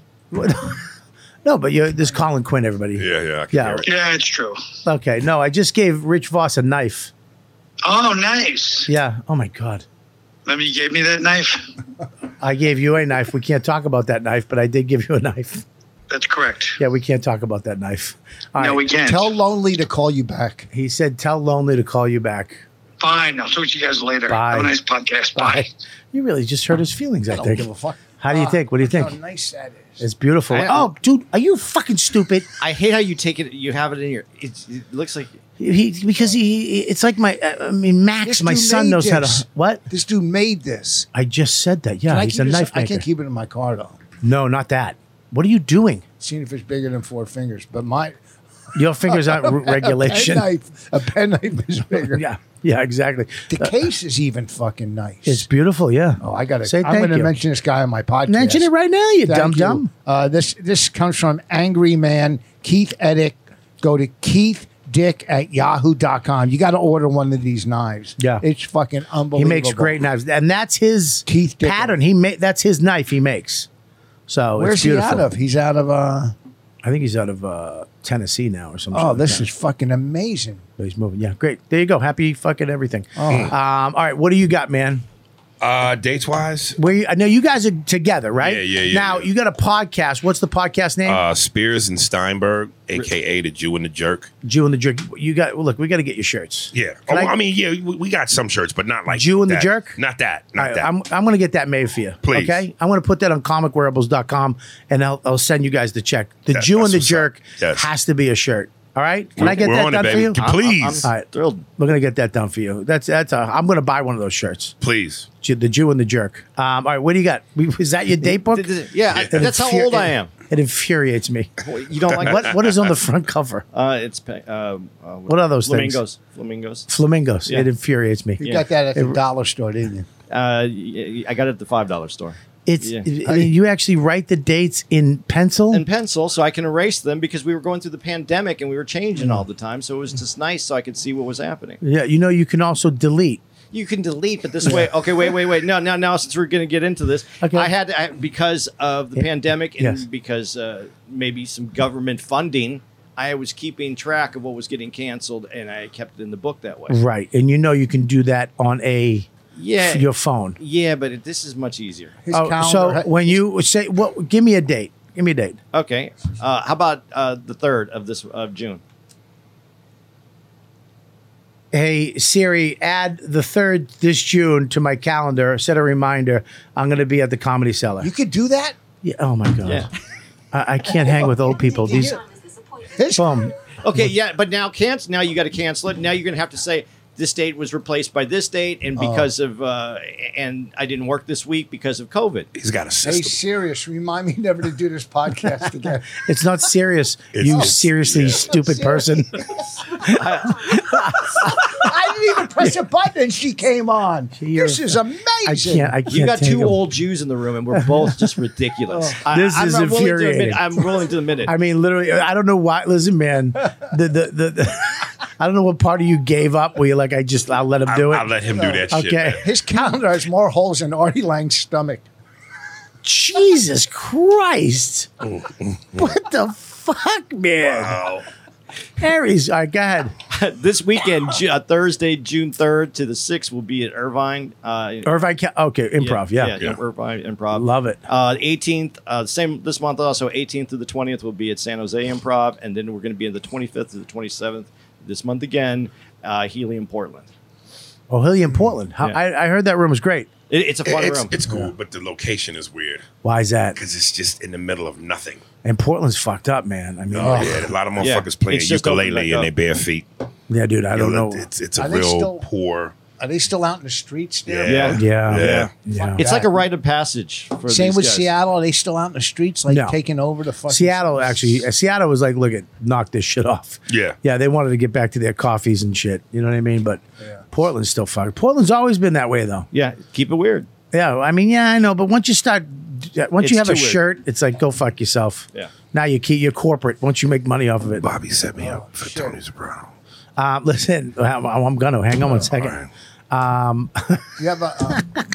No, but you're, this is Colin Quinn, everybody.
Yeah, yeah, I can
Yeah.
hear it.
Yeah, it's true.
Okay. No, I just gave Rich Voss a knife.
Oh, nice.
Yeah. Oh my God.
Let me gave me that knife.
I gave you a knife. We can't talk about that knife, but I did give you a knife.
That's correct.
Yeah, we can't talk about that knife. All
no,
right.
we can't.
Tell Lonely to call you back.
He said, "Tell Lonely to call you back."
Fine. I'll talk to you guys later.
Bye.
Have a nice podcast. Bye.
[laughs] You really just hurt his feelings. I,
I don't
think.
give a fuck.
How do you
Ah,
think? What do you
look
think?
How nice that is.
It's beautiful.
I-
oh, dude, are you fucking stupid?
I hate how you take it. You have it in your. It's, it looks like
He, because he, it's like my. uh, I mean, Max,
This
my
dude
son
made
knows how
this.
to. What?
This dude made this.
I just said that. Yeah,
Can I
he's
keep
a
this-
knife
I
maker.
can't keep it in my car though.
no, not that. What are you doing?
Seeing if it's bigger than four fingers, but my
Your fingers aren't
[laughs]
re-
pen
regulation.
knife, a pen
[laughs]
knife is [laughs] bigger.
Yeah, yeah, exactly.
The case is even fucking nice.
It's beautiful. Yeah.
oh, I got
Say
to. I'm
thank
going to
you.
mention this guy on my podcast.
Mention it right now, you
Thank
dumb
you.
dumb.
Uh, this this comes from Angry Man Keith Edick. Go to Keith Dick at yahoo.com. You got to order one of these knives.
Yeah.
it's fucking unbelievable.
He makes great knives, and that's his
Keith Dicker.
pattern. He ma- that's his knife. He makes. So
Where's
it's
he
beautiful.
out of? He's out of. Uh,
I think he's out of uh, Tennessee now or something.
oh, this is fucking amazing.
But he's moving. Yeah, great. There you go. Happy fucking everything.
Oh.
Um, all right, what do you got, man?
Uh, dates wise,
Where you, I know you guys are together, right?
Yeah, yeah, yeah,
Now
yeah.
you got a podcast. What's the podcast name?
uh, Spears and Steinberg, aka the Jew and the Jerk.
Jew and the Jerk. You got well, look. We got to get your shirts.
Yeah, oh,
Can I-
I, mean, yeah, we, we got some shirts, but not like
Jew and the
that.
Jerk?
Not that,
All
not
right,
that.
I'm, I'm going to get that made for you.
Please.
Okay. I'm going to put that on comicwearables.com and I'll, I'll send you guys the check. The
That-
Jew and
that's
the
what's up.
Jerk
Yes.
has to be a shirt. All right. Can
We're-
I get
we're
that
on it,
done for
baby.
you?
Can- Please.
I'm,
All
I'm
right.
thrilled.
We're going to get that done for you. That's, that's, a, I'm going to buy one of those shirts.
Please,
Ju- The Jew and the Jerk. Um, all right. What do you got? We- Is that your date book?
Th- th- [laughs] Yeah, I-
It
that's how
infuri-
old I am.
It, it infuriates me.
You don't like
What, what is on the front cover?
[laughs] Uh, it's pe- uh, uh,
What are those things?
flamingos? Flamingos.
Flamingos.
Yeah.
It infuriates me.
You
Yeah.
got that at the dollar store, didn't you?
Uh, y- y- I got it at the five dollar store
It's
Yeah.
it- I mean, you actually write the dates in pencil.
and pencil, so I can erase them because we were going through the pandemic and we were
Mm.
changing all the time. So it was just nice, so I could see what was happening.
yeah, you know you can also delete.
you can delete, but this way. Okay, wait, wait, wait. No, no, no. Since we're going to get into this,
Okay.
I had I, because of the pandemic and
Yes.
because uh, maybe some government funding. I was keeping track of what was getting canceled, and I kept it in the book that way.
Right, and you know you can do that on a
Yeah,
your phone.
yeah, but it, this is much easier.
His
Oh, so
calendar-
when you say, "What? give me a date. Give me a date."
Okay, uh, how about uh, the third of this of June?
Hey Siri, add the third this June to my calendar. Set a reminder. I'm going to be at the Comedy Cellar.
you could do that.
Yeah, oh my god,
Yeah.
I, I can't hang with old people. These
His
boom.
Okay, yeah, but now cancel. Now you got to cancel it. Now you're going to have to say this date was replaced by this date,
Oh.
and because of uh, and I didn't work this week because of COVID.
he's got a
Hey,
system.
serious. Remind me never
[laughs]
to do this podcast again.
It's not serious.
It's-
you
it's-
seriously
yeah.
stupid person.
I didn't even press a button. and She came on.
You're-
this is amazing.
I can't. I can't.
You got
take
two
it.
old Jews in the room, and we're both
[laughs]
just ridiculous.
This
I, I'm
is
not willing to admit-
infuriating.
I'm willing to admit it.
I mean, literally, I don't know why. Listen, man, the the the. the [laughs] I don't know what part of you gave up. Were you like, I just, I'll let him do it.
I, will let him do that shit.
okay.
man.
His calendar has more holes than Artie Lang's stomach.
[laughs]
Jesus Christ! what the fuck, man?
Wow.
Aries. All right, go ahead.
[laughs] this weekend, Ju- uh, Thursday, June 3rd to the 6th, will be at Irvine. Uh,
Irvine. Ca- okay, improv. Yeah.
yeah, Irvine Improv.
Love it.
Uh, 18th, uh, same this month also, 18th through the 20th will be at San Jose Improv, and then we're going to be in the 25th to the 27th this month again, uh, Healy in Portland.
Oh, Hilly in Portland. How,
Yeah.
I, I heard that room was great.
It, it's a fun
it's,
room.
it's cool, but the location is weird
Why is that?
because it's just in the middle of nothing.
And Portland's fucked up, man. I mean,
Oh,
ugh. yeah.
yeah, a lot of
Yeah.
motherfuckers playing
It's just opened
ukulele
back
in
up.
their bare feet.
dude. I don't know.
It's it's a
Are they
real
still-
poor.
Are they still out in the streets there?
Yeah.
Yeah.
Yeah.
Yeah.
Yeah.
It's like a rite of passage for
Same
these
with
guys.
Seattle. Are they still out in the streets, like
No.
taking over the fucking
Seattle actually. uh, Seattle was like, look at knock this shit off.
Yeah.
Yeah, they wanted to get back to their coffees and shit. You know what I mean? But Portland's still fucked. Portland's always been that way though.
Yeah, keep it weird.
Yeah, I mean, yeah, I know. But once you start, once
It's
you have a
too weird.
shirt, it's like go fuck yourself.
Yeah.
Now you keep you're corporate. Once you make money off of it,
Bobby set me up
Oh,
for Tony Soprano.
um, [laughs] listen, I'm, I'm gonna hang on one second.
All right.
You have a. Um,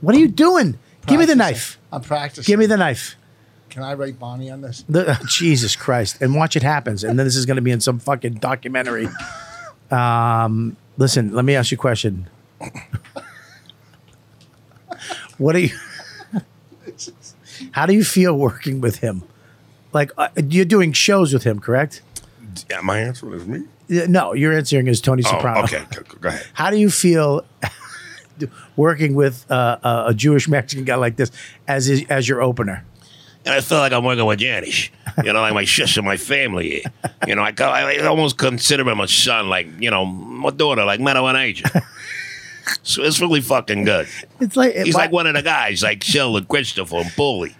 What are you doing? Give me the
practicing.
knife.
I'm practicing.
Give me the knife.
Can I write Bonnie on this?
The, [laughs] Jesus Christ! And watch it happens. And then this is going to be in some fucking documentary. Um, listen, let me ask you a question. What do you? How do you feel working with him? Like uh, you're doing shows with him, correct?
Yeah, my answer is me.
Yeah, No, you're answering as Tony Soprano.
Oh, okay, go- go- go ahead.
How do you feel [laughs] working with uh, a- a Jewish Mexican guy like this as his, as your opener?
And I feel like I'm working with Janish. You know, like my sister, my family. You know, I, co- I almost consider him a son, like, you know, my daughter, like Meadow Angel. [laughs] So it's really fucking good.
It's like
He's
my-
like one of the guys, like Chill and Christopher and Bully.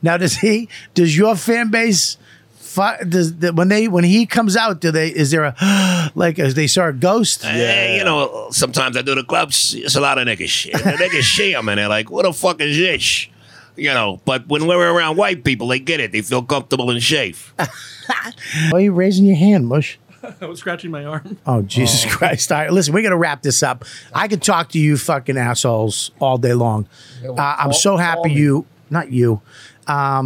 Now, does he? Does your fan base? fi- Does the, when they when he comes out? Do they? Is there a [gasps] like? As they saw a ghost?
Eh, you know, sometimes I do the clubs. It's a lot of niggas. And the niggas see them and they're like, what the fuck is this? You know, but when we're around white people, they get it. They feel comfortable and safe.
Why are you raising your hand, Mush?
I was scratching my arm.
Oh Jesus Christ! All right, listen, we're gonna wrap this up. I could talk to you fucking assholes all day long.
well,
Uh, I'm
call-
so happy
call me.
you, not you. Um,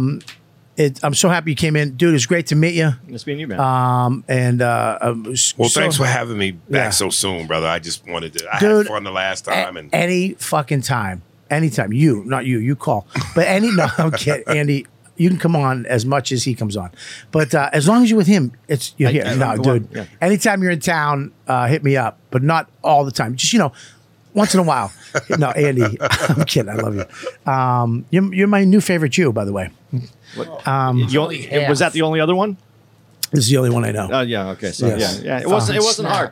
it, I'm so happy you came in, dude. It's great to meet you.
It's being you, man.
Um, and uh, um, s-
Well,
so-
thanks for having me back
Yeah.
so soon, brother. I just wanted to. I
Dude,
had fun the last time, and
any fucking time, anytime. You, not you. You call, but any. No, I'm kidding, Andy. You can come on as much as he comes on, but uh, as long as you're with him, it's you're here.
I-
no,
I'm the
dude.
one, yeah.
Anytime you're in town, uh, hit me up, but not all the time. Just you know, once in a while. no, Andy, [laughs] I'm kidding. I love you. Um, you're, you're my new favorite Jew, by the way. Um,
You only- was that the only other one?
This is the only one I know.
Uh, yeah. Okay. So
Yes.
yeah, yeah. It wasn't. It wasn't hard.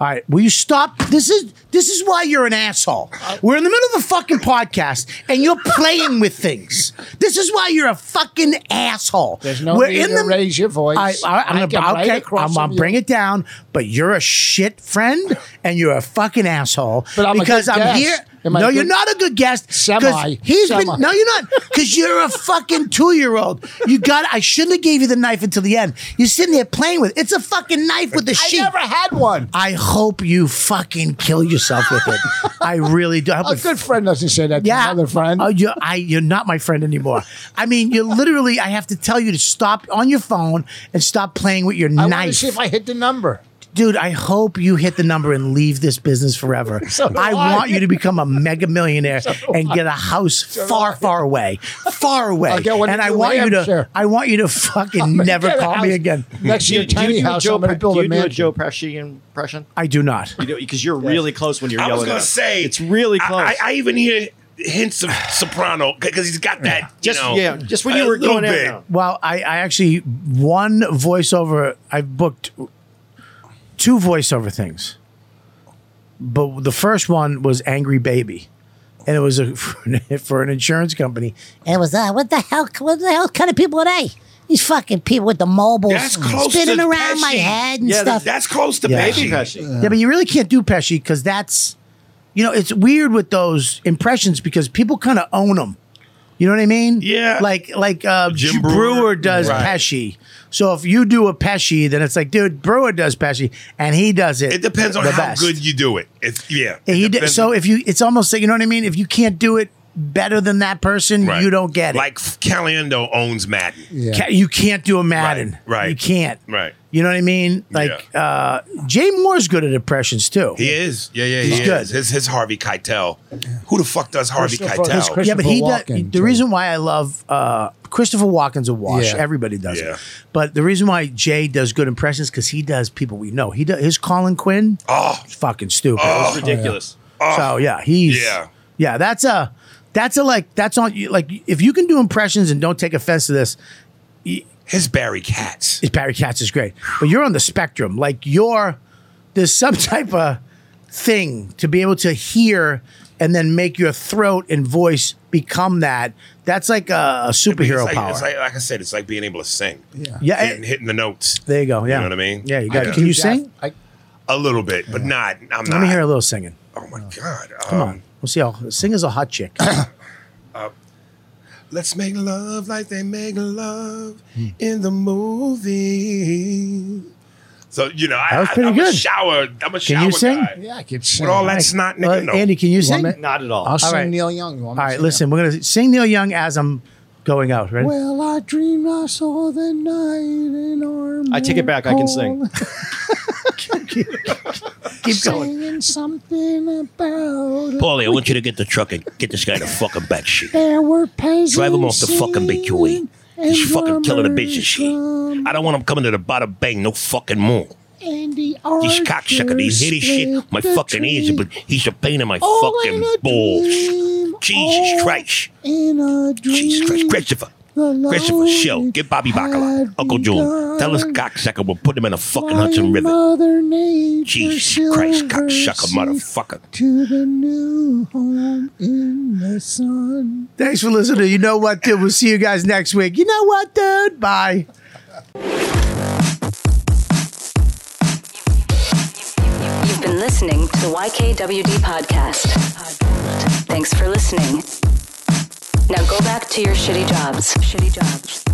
All right, will you stop? This is this is why you're an asshole. We're in the middle of a fucking podcast, and you're playing with things. This is why you're a fucking asshole.
There's no need to raise your voice.
I,
I
am
get
gonna,
right
okay,
across
I'm gonna
from
bring
you.
it down, but you're a shit friend, and you're a fucking asshole.
But I'm a
because
good
I'm
guest.
here.
Am I
no,
a
you're
good-
not a good guest. 'cause
Semi.
He's
Semi.
been no, you're not. Because you're a fucking two year old. You got. I shouldn't have gave you the knife until the end. You're sitting there playing with. It's a fucking knife with a
I
sheath.
never had one.
I hope you fucking kill yourself with
[laughs]
it. I really do. I hope
A
it-
good friend doesn't say that
yeah,
to another friend.
Oh, you're, I, you're not my friend anymore. I mean, you literally. I have to tell you to stop on your phone and stop playing with your
I want to
knife,
see if I hit the number.
dude. I hope you hit the number and leave this business forever.
[laughs] So do
I,
I.
want you to become a mega
[laughs]
millionaire and get a house far, far away, far away.
I'll get one
and
in
I
New
want you to.
Hampshire.
I want you to fucking never
Get a
call me
house.
again.
Next year, tiny house. I'm going to build
do
a
you do a
mansion.
Joe Pesci impression?
I do not.
Because you're really close when you're
I
yelling.
was
at
gonna
us.
say
it's really
I-
close.
I, I even hear hints of soprano because he's got that. you
just
know,
yeah, just when
a
you were
little
going
bit.
in.
Well, I, I actually one voiceover. I've booked two voiceover things, but the first one was Angry Baby, and it was a [laughs] for an insurance company.
It was uh, what the hell? What the hell kind of people are they? These fucking people with the mobiles
That's close
spinning
to
around my
Pesci.
head and
Yeah,
stuff.
That's close to
Yeah.
Pesci.
Pesci.
Yeah, but you really can't do Pesci because that's, you know, it's weird with those impressions because people kind of own them. You know what I mean?
Yeah.
Like like uh,
Jim
Ju- Brewer.
Brewer.
does
Right.
Pesci. So if you do a Pesci, then it's like, dude, Brewer does Pesci, and he does it.
It depends on
the
how
best.
good you do it. It's yeah.
He did,
it depends-
so if you, it's almost like you know what I mean. If you can't do it, better than that person,
Right.
you don't get it.
Like Caliendo owns Madden.
Yeah.
Ca- you can't do a Madden.
right.
You can't.
Right.
You know what I mean? Like uh, Jay Moore's good at impressions too.
He is. Yeah, yeah, he
He's
is.
good.
His, his Harvey Keitel. Who the fuck does Harvey
Christopher- his
Keitel?
Chris-
yeah, but he does.
Christopher
The
Walken, too.
reason why I love uh, Christopher Walken's a wash.
Yeah.
Everybody does
Yeah.
it. But the reason why Jay does good impressions because he does people we know. He does his Colin Quinn.
Oh,
Fucking stupid.
It's ridiculous.
So yeah, he's
Yeah.
yeah. That's a that's a like that's on you. Like if you can do impressions and don't take offense to this,
his Barry Katz.
is Barry Katz is great, but you're on the spectrum. Like you're there's some [laughs] type of thing to be able to hear and then make your throat and voice become that. That's like a, a superhero
it's like,
power.
It's like, like I said, it's like being able to sing. Yeah.
yeah,
Hitting, hitting the notes.
there you go. Yeah,
know what I mean?
Yeah, you
I
got.
could
Can
do
you
That-
sing?
I,
A little bit, but not. I'm not.
Let me hear a little singing.
Oh my god.
Come
Um,
on, we'll see how sing is a hot chick.
[laughs] Let's make love like they make love
Hmm.
in the movie. So you know, I,
That was
I-
pretty
I'm A
good.
shower. I'm a shower
Can you sing?
guy.
yeah, I could sing.
With all that
I-
snot,
Uh,
nigga, no.
Andy, can you sing?
me-
Not at all.
I'll sing
right.
Neil Young. You want me
All
to
right,
sing
listen, we're gonna sing Neil Young as I'm going out. Ready?
that? Well, I dreamed I saw the night in armor.
I take it back. I can sing.
Keep going.
Singing something about
Paulie, I want you to get the truck and get this guy to fucking back shit.
there were peasants.
Drive him off the fucking big way.
singing
He's
and
fucking killing a bitch and
drummers
shit. I don't want him coming to the bottom bang no fucking more.
And the
These cocksuckers, these his shit, my fucking ears, but he's a pain in my fucking balls. Jesus Christ. Jesus Christ. Christopher. Christopher, show. Get Bobby Bacala. Uncle June. Tell us cocksucker we'll put him in a fucking Hudson River.
Mother Nature
Jesus Christ,
silver
cocksucker,
seas
motherfucker.
To the new home in the sun.
Thanks for listening. You know what, dude? We'll see you guys next week. You know what, dude? Bye.
You've been listening to the YKWD podcast. Thanks for listening. Now go back to your shitty jobs. Shitty jobs.